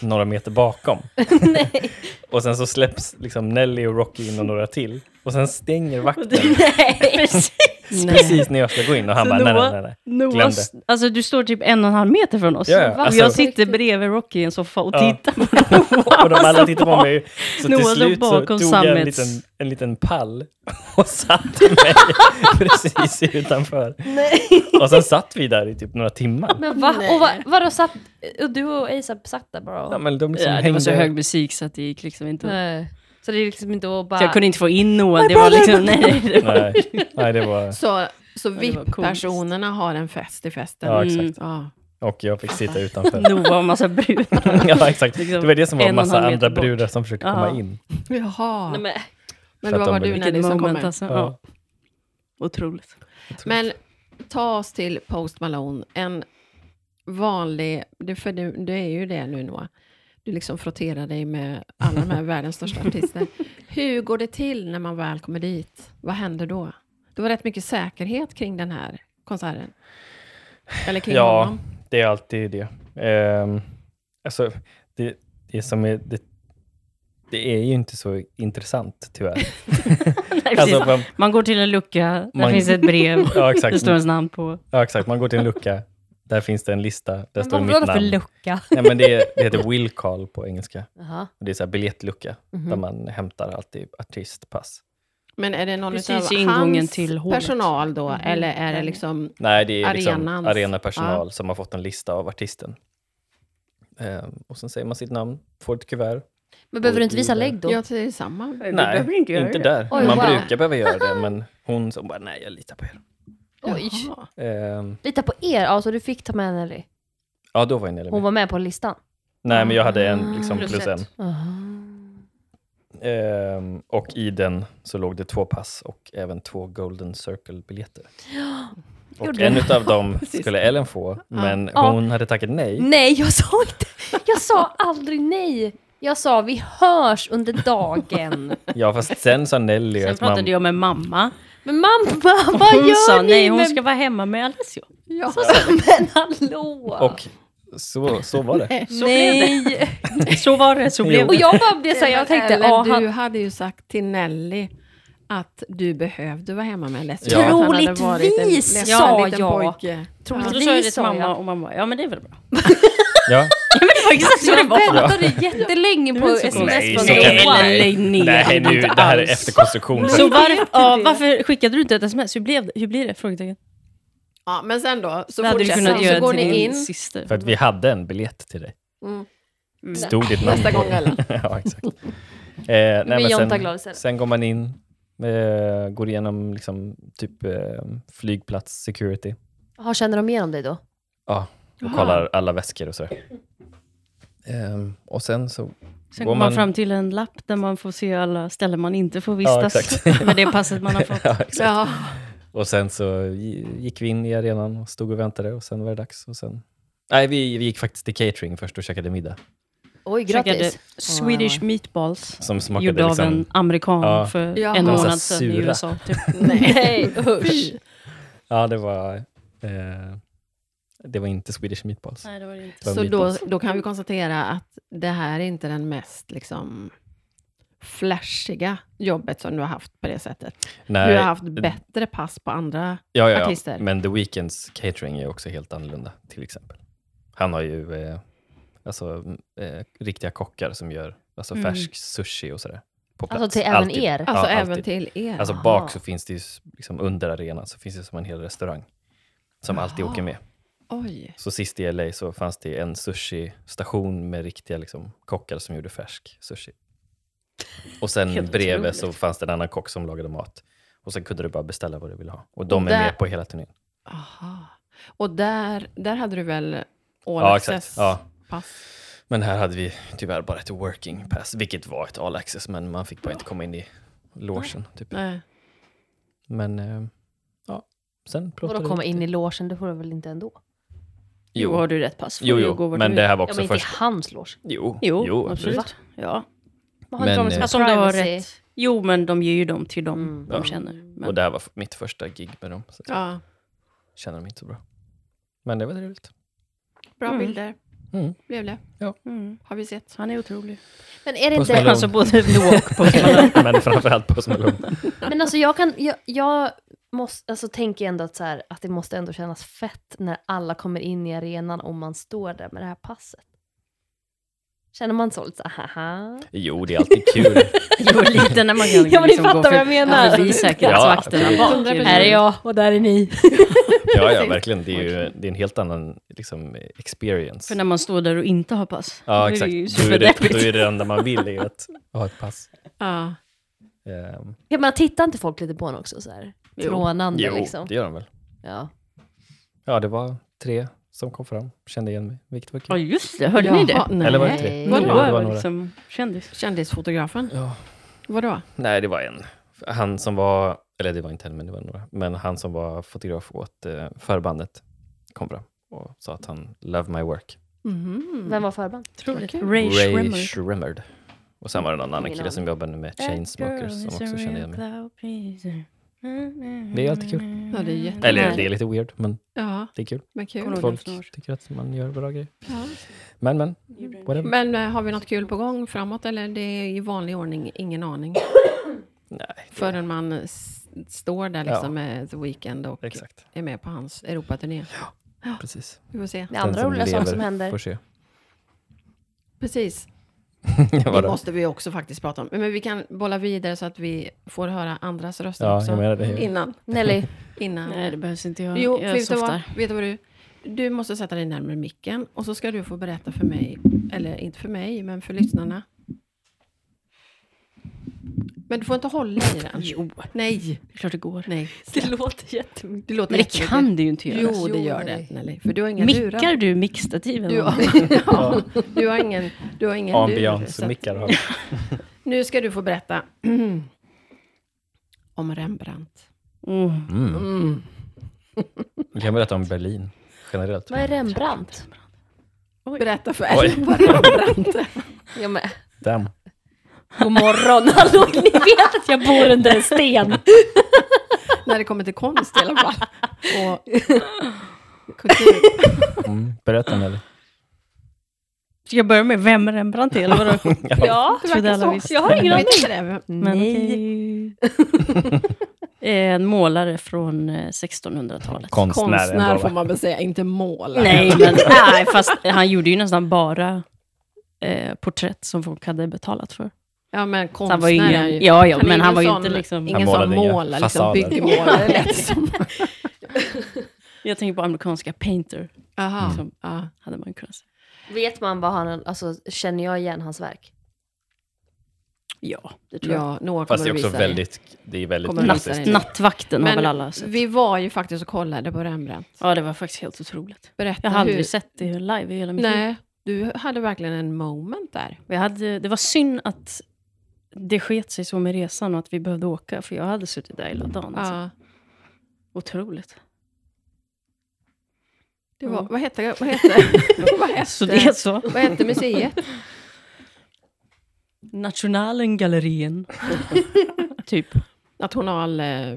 [SPEAKER 3] några meter bakom.
[SPEAKER 4] Nej.
[SPEAKER 3] Och sen så släpps liksom Nelly och Rocky in och några till. Och sen stänger vakten
[SPEAKER 4] Nej.
[SPEAKER 1] Precis.
[SPEAKER 3] precis när jag ska gå in och han
[SPEAKER 1] Så
[SPEAKER 3] bara nej, nej,
[SPEAKER 1] Noah-
[SPEAKER 3] nej, nej.
[SPEAKER 1] Noah,
[SPEAKER 3] Glöm det.
[SPEAKER 1] alltså du står typ en och en halv meter från oss.
[SPEAKER 3] Ja, ja,
[SPEAKER 1] och
[SPEAKER 3] alltså-
[SPEAKER 1] jag sitter bredvid Rocky i en soffa och
[SPEAKER 3] Ja.
[SPEAKER 1] tittar på Noah.
[SPEAKER 3] Och de alla tittar på mig. Så till
[SPEAKER 1] Alltså, Noah låg
[SPEAKER 3] slut så
[SPEAKER 1] bakom
[SPEAKER 3] tog jag en
[SPEAKER 1] sammets.
[SPEAKER 3] liten, en liten pall och satte mig precis utanför. Och sen satt vi där i typ några timmar.
[SPEAKER 4] Men va?
[SPEAKER 2] Nej.
[SPEAKER 4] Och va, vadå satt... Och du och ASAP satt där bara och...
[SPEAKER 3] Ja, men de liksom
[SPEAKER 1] Ja, det var
[SPEAKER 3] hängde...
[SPEAKER 1] så hög musik så att det gick liksom inte.
[SPEAKER 4] Nej. Så det är liksom inte att bara...
[SPEAKER 1] Så jag kunde inte få in Noah. Det var liksom, nej, det var,
[SPEAKER 3] Nej, nej, det var...
[SPEAKER 2] Så, så
[SPEAKER 1] var komiskt.
[SPEAKER 2] VIP-personerna har en fest i festen?
[SPEAKER 3] Ja,
[SPEAKER 1] Mm.
[SPEAKER 3] exakt.
[SPEAKER 2] Ja.
[SPEAKER 3] Och jag fick sitta utanför.
[SPEAKER 1] Noah och massa brudar.
[SPEAKER 3] Ja, exakt.
[SPEAKER 1] Liksom
[SPEAKER 3] Det var det som var
[SPEAKER 1] en
[SPEAKER 3] en
[SPEAKER 1] och
[SPEAKER 3] massa
[SPEAKER 1] en halv meter
[SPEAKER 3] andra
[SPEAKER 1] bort.
[SPEAKER 3] brudar som försökte komma
[SPEAKER 1] Ja.
[SPEAKER 3] in.
[SPEAKER 2] Jaha.
[SPEAKER 4] Nej, men,
[SPEAKER 2] men
[SPEAKER 3] för
[SPEAKER 2] det var
[SPEAKER 3] att de
[SPEAKER 2] bara du
[SPEAKER 3] vill-
[SPEAKER 2] Nelly
[SPEAKER 1] Vilket
[SPEAKER 2] som kom
[SPEAKER 1] moment
[SPEAKER 2] med.
[SPEAKER 1] alltså.
[SPEAKER 3] Ja.
[SPEAKER 1] Ja. Otroligt.
[SPEAKER 2] Men ta oss till Post Malone. En vanlig, det- för du, du är ju det nu Noah. Du liksom frotterar dig med alla de här världens största artister. Hur går det till när man väl kommer dit? Vad händer då? Det var rätt mycket säkerhet kring den här konserten. Eller kring
[SPEAKER 3] Ja.
[SPEAKER 2] honom.
[SPEAKER 3] Det är alltid det. Ehm, alltså, det, det som är... Det, det är ju inte så intressant, tyvärr.
[SPEAKER 1] Nej, precis.
[SPEAKER 3] Alltså, man,
[SPEAKER 1] Man går till en lucka, där
[SPEAKER 3] Man-
[SPEAKER 1] finns ett brev,
[SPEAKER 3] ja,
[SPEAKER 1] det
[SPEAKER 3] exakt.
[SPEAKER 1] står ens namn på.
[SPEAKER 3] Ja, exakt. Man går till en lucka. Där finns det en lista. Där står
[SPEAKER 4] men
[SPEAKER 3] mitt
[SPEAKER 4] vad var det för
[SPEAKER 3] namn.
[SPEAKER 4] lucka?
[SPEAKER 3] Nej, men det, är- det heter will call på engelska.
[SPEAKER 4] Jaha.
[SPEAKER 3] Och det är så här biljettlucka, där
[SPEAKER 4] Mhm.
[SPEAKER 3] man hämtar alltid artistpass.
[SPEAKER 2] Men är det någon
[SPEAKER 1] Precis
[SPEAKER 2] utav
[SPEAKER 1] i ingången
[SPEAKER 2] hans
[SPEAKER 1] till hålet. Mm.
[SPEAKER 2] personal då? Eller är det liksom...
[SPEAKER 3] Nej, det är liksom
[SPEAKER 4] alltså.
[SPEAKER 2] Arenans.
[SPEAKER 3] arenapersonal som har fått en lista av artisten. Ehm, och sen säger man sitt namn, får ett kuvert.
[SPEAKER 4] Men behöver du inte visa lägg då?
[SPEAKER 2] Ja, det är samma.
[SPEAKER 3] Nej, inte, där.
[SPEAKER 4] Oj,
[SPEAKER 3] man
[SPEAKER 4] wow.
[SPEAKER 3] brukar behöva göra det, men hon som bara, nej, jag litar på er.
[SPEAKER 4] Oj.
[SPEAKER 2] Jaha.
[SPEAKER 3] Ehm,
[SPEAKER 4] Lita på er? Ja, så du fick ta med Nelly?
[SPEAKER 3] ja, då var ju Nelly
[SPEAKER 4] Hon
[SPEAKER 3] med.
[SPEAKER 4] var med på listan?
[SPEAKER 3] Nej, men jag hade en
[SPEAKER 4] Ah,
[SPEAKER 3] liksom,
[SPEAKER 1] plus
[SPEAKER 3] plus en.
[SPEAKER 1] ett.
[SPEAKER 4] Aha.
[SPEAKER 3] Ehm, och i den så låg det två pass och även två Golden Circle-biljetter. Och
[SPEAKER 4] Gjorde
[SPEAKER 3] en
[SPEAKER 4] det?
[SPEAKER 3] utav dem
[SPEAKER 2] precis.
[SPEAKER 3] skulle Ellen få, men
[SPEAKER 4] Ja.
[SPEAKER 3] hon hade tackat nej.
[SPEAKER 4] Nej, jag sa inte... Jag sa aldrig nej! Jag sa vi hörs under dagen.
[SPEAKER 3] Ja, fast sen sa Nelly
[SPEAKER 1] Sen
[SPEAKER 3] att man...
[SPEAKER 1] pratade jag med mamma
[SPEAKER 4] Men mamma, vad
[SPEAKER 1] Hon
[SPEAKER 4] gör
[SPEAKER 1] sa
[SPEAKER 4] ni?
[SPEAKER 1] nej, hon
[SPEAKER 4] med-
[SPEAKER 1] ska vara hemma med Alessio.
[SPEAKER 2] Ja.
[SPEAKER 4] Men hallå!
[SPEAKER 3] Och så, så var det.
[SPEAKER 1] Så blev det. Så var det, så blev
[SPEAKER 4] Och
[SPEAKER 1] det.
[SPEAKER 4] jag bara blev så här, jag tänkte,
[SPEAKER 2] Eller
[SPEAKER 4] ja
[SPEAKER 2] du
[SPEAKER 4] han...
[SPEAKER 2] hade ju sagt till Nelly att du behövde vara hemma med Leslie.
[SPEAKER 3] Ja.
[SPEAKER 2] Att han hade varit en
[SPEAKER 4] Troligtvis,
[SPEAKER 2] ledsen
[SPEAKER 4] sa
[SPEAKER 2] liten
[SPEAKER 4] jag.
[SPEAKER 2] pojke.
[SPEAKER 1] Och
[SPEAKER 4] Troligtvis
[SPEAKER 1] då sa jag det till
[SPEAKER 4] sa
[SPEAKER 1] mamma och mamma ja men det är väl bra.
[SPEAKER 3] Ja.
[SPEAKER 1] Det var exakt så det
[SPEAKER 4] Alltså, Jag
[SPEAKER 1] var.
[SPEAKER 4] väntade jättelänge på
[SPEAKER 1] Det är så konstigt.
[SPEAKER 4] sms från
[SPEAKER 3] Nej, så
[SPEAKER 1] Nej,
[SPEAKER 3] kan vi-
[SPEAKER 4] Johan.
[SPEAKER 1] nej, nej,
[SPEAKER 3] Nej,
[SPEAKER 1] inte
[SPEAKER 3] nu, det här är
[SPEAKER 1] alls. Mm.
[SPEAKER 3] efterkonstruktion.
[SPEAKER 1] Så
[SPEAKER 2] Jag
[SPEAKER 1] varför,
[SPEAKER 2] vet
[SPEAKER 1] ja,
[SPEAKER 2] inte.
[SPEAKER 1] varför skickade du inte ett sms? Hur, blev det? Hur blir det? Frågetecken.
[SPEAKER 2] Ja, men sen då, så
[SPEAKER 1] det hade du
[SPEAKER 2] fortsätter
[SPEAKER 1] kunnat
[SPEAKER 2] han. Så
[SPEAKER 1] göra
[SPEAKER 2] går
[SPEAKER 1] till
[SPEAKER 2] ni
[SPEAKER 1] din
[SPEAKER 2] in.
[SPEAKER 1] syster.
[SPEAKER 3] För att vi hade en biljett till dig.
[SPEAKER 2] Mm.
[SPEAKER 3] Stod ditt namn
[SPEAKER 2] Nästa
[SPEAKER 3] på
[SPEAKER 2] gång
[SPEAKER 3] den.
[SPEAKER 2] eller?
[SPEAKER 3] ja, exakt. Eh, nej, men
[SPEAKER 4] Jonta
[SPEAKER 3] sen-
[SPEAKER 4] glad istället.
[SPEAKER 3] Sen går man in, eh, går igenom liksom, typ eh, flygplats security
[SPEAKER 4] Jaha, känner de igenom dig då?
[SPEAKER 3] och
[SPEAKER 2] Jaha.
[SPEAKER 3] kollar alla väskor och så. Ehm, och sen så...
[SPEAKER 1] Sen
[SPEAKER 3] Går
[SPEAKER 1] går man
[SPEAKER 3] man-
[SPEAKER 1] fram till en lapp där man får se alla ställen man inte får vistas
[SPEAKER 3] exakt.
[SPEAKER 1] med det passet man har fått.
[SPEAKER 3] Ja, exakt.
[SPEAKER 2] Ja.
[SPEAKER 3] Och sen så gi- gick vi in i arenan och stod och väntade och sen var det dags. Och sen... Nej, vi, vi gick faktiskt till catering först och käkade middag.
[SPEAKER 4] Oj,
[SPEAKER 1] Käkade
[SPEAKER 4] grattis.
[SPEAKER 1] Swedish meatballs.
[SPEAKER 3] Som smakade
[SPEAKER 1] Gjord av
[SPEAKER 3] liksom...
[SPEAKER 1] en amerikan
[SPEAKER 3] Ja.
[SPEAKER 1] för
[SPEAKER 2] Ja.
[SPEAKER 1] en
[SPEAKER 2] De var så
[SPEAKER 1] månad sedan i
[SPEAKER 3] sura.
[SPEAKER 1] USA. Typ.
[SPEAKER 4] Nej, usch.
[SPEAKER 2] Fy.
[SPEAKER 3] Ja, det var... Eh, det var inte Swedish meatballs.
[SPEAKER 1] Nej, det var det inte.
[SPEAKER 3] Det var
[SPEAKER 2] Så då,
[SPEAKER 3] meatballs.
[SPEAKER 2] då kan vi konstatera att det här är inte den mest liksom, flashiga jobbet som du har haft på det sättet. Du har haft bättre pass på andra.
[SPEAKER 3] ja, ja,
[SPEAKER 2] artister.
[SPEAKER 3] ja. Men The Weeknds catering är också helt annorlunda, till exempel. Han har ju eh, alltså, eh, riktiga kockar som gör alltså,
[SPEAKER 1] Mm.
[SPEAKER 3] färsk sushi och sådär. På plats.
[SPEAKER 4] Alltså till även
[SPEAKER 3] Alltid.
[SPEAKER 4] er?
[SPEAKER 2] Alltså
[SPEAKER 3] Ja,
[SPEAKER 2] även
[SPEAKER 3] alltid.
[SPEAKER 2] till er.
[SPEAKER 3] Alltså
[SPEAKER 4] Jaha.
[SPEAKER 3] bak så finns det ju, s- liksom under arenan, så finns det som en hel restaurang som alltid
[SPEAKER 2] Jaha.
[SPEAKER 3] åker med.
[SPEAKER 2] Oj.
[SPEAKER 3] Så sist i LA så fanns det en sushi-station med riktiga liksom, kockar som gjorde färsk sushi. Och sen
[SPEAKER 1] Helt
[SPEAKER 3] bredvid
[SPEAKER 1] otroligt.
[SPEAKER 3] så fanns det en annan kock som lagade mat. Och sen kunde du bara beställa vad du ville ha. Och de
[SPEAKER 2] Och
[SPEAKER 3] är
[SPEAKER 2] där-
[SPEAKER 3] med på hela turnén.
[SPEAKER 2] Aha. Och där, där hade du väl all
[SPEAKER 3] Ja, exakt.
[SPEAKER 2] access
[SPEAKER 3] Ja.
[SPEAKER 2] pass?
[SPEAKER 3] Men här hade vi tyvärr bara ett working pass, vilket var ett all access, men man fick bara inte komma in i logen. Typ.
[SPEAKER 2] Nej.
[SPEAKER 3] Men eh, ja, sen pratade
[SPEAKER 4] Vadå
[SPEAKER 3] vi
[SPEAKER 4] komma
[SPEAKER 3] lite.
[SPEAKER 4] in i logen? Det får du väl inte ändå?
[SPEAKER 1] Jo,
[SPEAKER 3] Jo,
[SPEAKER 1] har du rätt pass får
[SPEAKER 3] jo,
[SPEAKER 1] du
[SPEAKER 3] jo
[SPEAKER 1] gå vart
[SPEAKER 3] men
[SPEAKER 1] du
[SPEAKER 3] det här var
[SPEAKER 4] Ja,
[SPEAKER 3] också
[SPEAKER 4] men inte i
[SPEAKER 3] först.
[SPEAKER 4] hans loge.
[SPEAKER 3] Jo,
[SPEAKER 1] Jo,
[SPEAKER 3] jo
[SPEAKER 1] absolut.
[SPEAKER 3] absolut.
[SPEAKER 1] Ja.
[SPEAKER 4] Man har inte
[SPEAKER 3] Men,
[SPEAKER 4] dem som
[SPEAKER 3] eh,
[SPEAKER 1] Alltså om du har rätt. Jo, men de ger ju dem till dem
[SPEAKER 4] Mm.
[SPEAKER 1] de
[SPEAKER 3] Ja.
[SPEAKER 1] känner. Men,
[SPEAKER 3] Och det här var f- mitt första gig med dem, så jag
[SPEAKER 2] Ja.
[SPEAKER 3] känner dem inte så bra. Men det var trevligt.
[SPEAKER 2] Bra
[SPEAKER 1] Mm.
[SPEAKER 2] bilder
[SPEAKER 3] Mm.
[SPEAKER 2] blev det.
[SPEAKER 1] mm.
[SPEAKER 2] Har vi sett.
[SPEAKER 1] Han är otrolig.
[SPEAKER 4] Men är det
[SPEAKER 3] Puss
[SPEAKER 4] inte...
[SPEAKER 3] Malone.
[SPEAKER 1] Alltså både Noah och Post Malone.
[SPEAKER 3] men framförallt på Småland.
[SPEAKER 4] Men alltså jag kan, jag, jag måste, alltså tänker ändå att, så här, att det måste ändå kännas fett när alla kommer in i arenan om man står där med det här passet. Känner man så lite så här, haha?
[SPEAKER 3] Jo, det är alltid kul.
[SPEAKER 1] Jo, lite när man kan
[SPEAKER 4] Ja, men ni
[SPEAKER 1] liksom
[SPEAKER 4] fattar
[SPEAKER 1] gå
[SPEAKER 4] vad
[SPEAKER 1] för,
[SPEAKER 4] jag menar.
[SPEAKER 1] förbi säkerhetsvakterna.
[SPEAKER 3] absolut.
[SPEAKER 1] Bak.
[SPEAKER 2] Hundra
[SPEAKER 1] Här är jag.
[SPEAKER 4] och där är ni.
[SPEAKER 3] Ja, ja,
[SPEAKER 2] Precis.
[SPEAKER 3] verkligen. Det är ju det är en helt annan liksom,
[SPEAKER 1] För
[SPEAKER 3] experience.
[SPEAKER 1] när man står där och inte har pass. då
[SPEAKER 3] Ja, exakt.
[SPEAKER 1] Är det ju
[SPEAKER 3] Då är det,
[SPEAKER 1] superdeppigt.
[SPEAKER 3] då är det enda man vill är ju att ha ett pass.
[SPEAKER 2] Ja.
[SPEAKER 3] Ehm,
[SPEAKER 4] Ja, men tittar inte folk lite på en också så här?
[SPEAKER 2] Jo.
[SPEAKER 4] Trånande
[SPEAKER 3] jo,
[SPEAKER 4] liksom.
[SPEAKER 3] det gör de väl.
[SPEAKER 4] Ja.
[SPEAKER 3] Ja, det var tre som kom fram, kände igen mig, vilket var kul.
[SPEAKER 1] Ja, just det. Hörde ni det?
[SPEAKER 2] Jaha, Nej.
[SPEAKER 3] Eller var det
[SPEAKER 4] Nej.
[SPEAKER 3] tre?
[SPEAKER 2] Vadå?
[SPEAKER 3] Jo,
[SPEAKER 1] Noah
[SPEAKER 3] det var
[SPEAKER 1] var
[SPEAKER 3] några.
[SPEAKER 1] liksom kändis.
[SPEAKER 2] Kändisfotografen?
[SPEAKER 3] Ja.
[SPEAKER 2] Vadå?
[SPEAKER 3] Nej, det var en. Han som var, eller det var inte en, men det var några. Men han som var fotograf åt eh, förbandet kom fram och sa att han love my work.
[SPEAKER 2] Mhm.
[SPEAKER 1] Mm.
[SPEAKER 4] Vem var förband?
[SPEAKER 1] Otroligt.
[SPEAKER 2] Okej.
[SPEAKER 1] Ray Schwimmer.
[SPEAKER 3] Schremmerd. Och sen var det någon annan
[SPEAKER 4] Ingen
[SPEAKER 3] kille som jobbade med Chainsmokers som också kände igen mig.
[SPEAKER 1] mig.
[SPEAKER 3] Det är alltid kul.
[SPEAKER 2] Ja, det är jätte-
[SPEAKER 3] Eller
[SPEAKER 4] Nej.
[SPEAKER 3] det är lite weird, men
[SPEAKER 2] Ja,
[SPEAKER 3] det är kul.
[SPEAKER 2] men
[SPEAKER 1] Kommer
[SPEAKER 2] kul.
[SPEAKER 1] du ihåg
[SPEAKER 3] Folk
[SPEAKER 1] det för några år sedan?
[SPEAKER 3] tycker att man gör bra grejer.
[SPEAKER 2] Ja.
[SPEAKER 3] Men, men, whatever.
[SPEAKER 2] Men eh, har vi något kul på gång framåt eller det är i vanlig ordning ingen aning
[SPEAKER 3] Nej, det,
[SPEAKER 2] förrän man s- står där
[SPEAKER 3] Ja.
[SPEAKER 2] liksom med The Weeknd och
[SPEAKER 3] exakt.
[SPEAKER 2] är med på hans Europaturné.
[SPEAKER 3] Precis.
[SPEAKER 2] Vi får se.
[SPEAKER 4] Det är andra
[SPEAKER 3] som
[SPEAKER 4] roliga saker
[SPEAKER 3] lever
[SPEAKER 4] som händer.
[SPEAKER 3] Får se.
[SPEAKER 2] Precis. Det
[SPEAKER 3] Vadå?
[SPEAKER 2] måste vi också faktiskt prata om. Men vi kan bolla vidare så att vi får höra andras röster
[SPEAKER 3] Ja,
[SPEAKER 2] också.
[SPEAKER 3] jag menar det.
[SPEAKER 2] Innan.
[SPEAKER 4] Nelly,
[SPEAKER 2] innan.
[SPEAKER 1] Nej, det behövs inte. Jag,
[SPEAKER 2] Jo,
[SPEAKER 1] jag
[SPEAKER 2] vet du, vad,
[SPEAKER 1] softar.
[SPEAKER 2] vet du vad du... Du måste sätta dig närmare micken och så ska du få berätta för mig, eller inte för mig, men för lyssnarna. Men du får inte hålla i den.
[SPEAKER 1] Jo,
[SPEAKER 2] Nej,
[SPEAKER 1] det är klart det går.
[SPEAKER 2] nej.
[SPEAKER 4] det låter jättemycket.
[SPEAKER 2] Det låter
[SPEAKER 1] Men det
[SPEAKER 2] jättemycket.
[SPEAKER 1] kan det ju inte göra.
[SPEAKER 2] Jo, det gör det, Nelly. För du har inga
[SPEAKER 1] Mickar
[SPEAKER 2] lurar.
[SPEAKER 1] du mickstativen?
[SPEAKER 2] Du har, ja, du har ingen, du har ingen lur. så att-
[SPEAKER 3] Ambiance-mickar har vi.
[SPEAKER 2] Nu ska du få berätta om Rembrandt.
[SPEAKER 1] Mm.
[SPEAKER 3] Mm. Vi kan berätta om Berlin generellt.
[SPEAKER 4] Vad är Rembrandt?
[SPEAKER 2] Berätta för
[SPEAKER 3] Oj.
[SPEAKER 2] mig vad Rembrandt är.
[SPEAKER 4] Jag med.
[SPEAKER 3] Damn.
[SPEAKER 4] God morgon, hallå, ni vet att jag bor under en sten.
[SPEAKER 2] när det kommer till konst i alla fall. Och kultur.
[SPEAKER 3] Mm. Berätta Nelly.
[SPEAKER 1] Ska jag börja med vem Rembrandt är? Eller vadå?
[SPEAKER 4] Ja,
[SPEAKER 1] Jag trodde alla visste.
[SPEAKER 4] jag har ingen aning.
[SPEAKER 2] Vet inte det?
[SPEAKER 1] Men
[SPEAKER 4] Nej.
[SPEAKER 1] okej. Eh, en målare från eh, 1600-talet.
[SPEAKER 3] Konstnär,
[SPEAKER 2] Konstnär
[SPEAKER 3] ändå,
[SPEAKER 2] får
[SPEAKER 3] va?
[SPEAKER 2] man väl säga, inte målare.
[SPEAKER 1] Nej, men nej, fast han gjorde ju nästan bara eh, porträtt som folk hade betalat för.
[SPEAKER 2] Ja, men
[SPEAKER 1] Så han var ju
[SPEAKER 2] konstnär är
[SPEAKER 1] ingen,
[SPEAKER 2] ju.
[SPEAKER 1] ja, ja,
[SPEAKER 2] Han är
[SPEAKER 1] men han
[SPEAKER 2] ingen
[SPEAKER 1] var ju
[SPEAKER 2] sån-
[SPEAKER 1] inte liksom...
[SPEAKER 2] Ingen
[SPEAKER 3] Han
[SPEAKER 2] som
[SPEAKER 3] målade inga
[SPEAKER 2] målar, liksom
[SPEAKER 3] fasader.
[SPEAKER 2] byggmålare lät det som.
[SPEAKER 1] Jag tänker på amerikanska painter.
[SPEAKER 2] Aha,
[SPEAKER 1] Liksom.
[SPEAKER 2] ja.
[SPEAKER 1] Hade man kunnat säga.
[SPEAKER 4] Vet man vad han, alltså känner jag igen hans verk?
[SPEAKER 1] Ja, det tror jag.
[SPEAKER 2] ja, några
[SPEAKER 3] Fast det
[SPEAKER 2] kommer
[SPEAKER 3] är
[SPEAKER 2] att visa
[SPEAKER 3] också
[SPEAKER 2] dig.
[SPEAKER 3] väldigt, det är väldigt
[SPEAKER 2] Kommer
[SPEAKER 3] klassiskt.
[SPEAKER 2] visa dig.
[SPEAKER 1] Nattvakten har
[SPEAKER 2] Men
[SPEAKER 1] väl alla sett?
[SPEAKER 2] vi var ju faktiskt och kollade på Rembrandt.
[SPEAKER 1] Ja, det var faktiskt helt otroligt.
[SPEAKER 2] Berätta
[SPEAKER 1] Jag har aldrig
[SPEAKER 2] hur...
[SPEAKER 1] sett det live i hela mitt liv.
[SPEAKER 2] Nej, du hade verkligen en moment där.
[SPEAKER 1] Vi hade, det var synd att det sket sig så med resan och att vi behövde åka, för jag hade suttit där hela dagen. Alltså.
[SPEAKER 2] Ja.
[SPEAKER 1] Otroligt.
[SPEAKER 2] Det var,
[SPEAKER 1] Mm.
[SPEAKER 2] vad hette, vad hette, vad
[SPEAKER 1] Så det är
[SPEAKER 2] hette,
[SPEAKER 1] så.
[SPEAKER 2] vad hette museet?
[SPEAKER 1] Nationalengalerien. typ.
[SPEAKER 2] National... eh,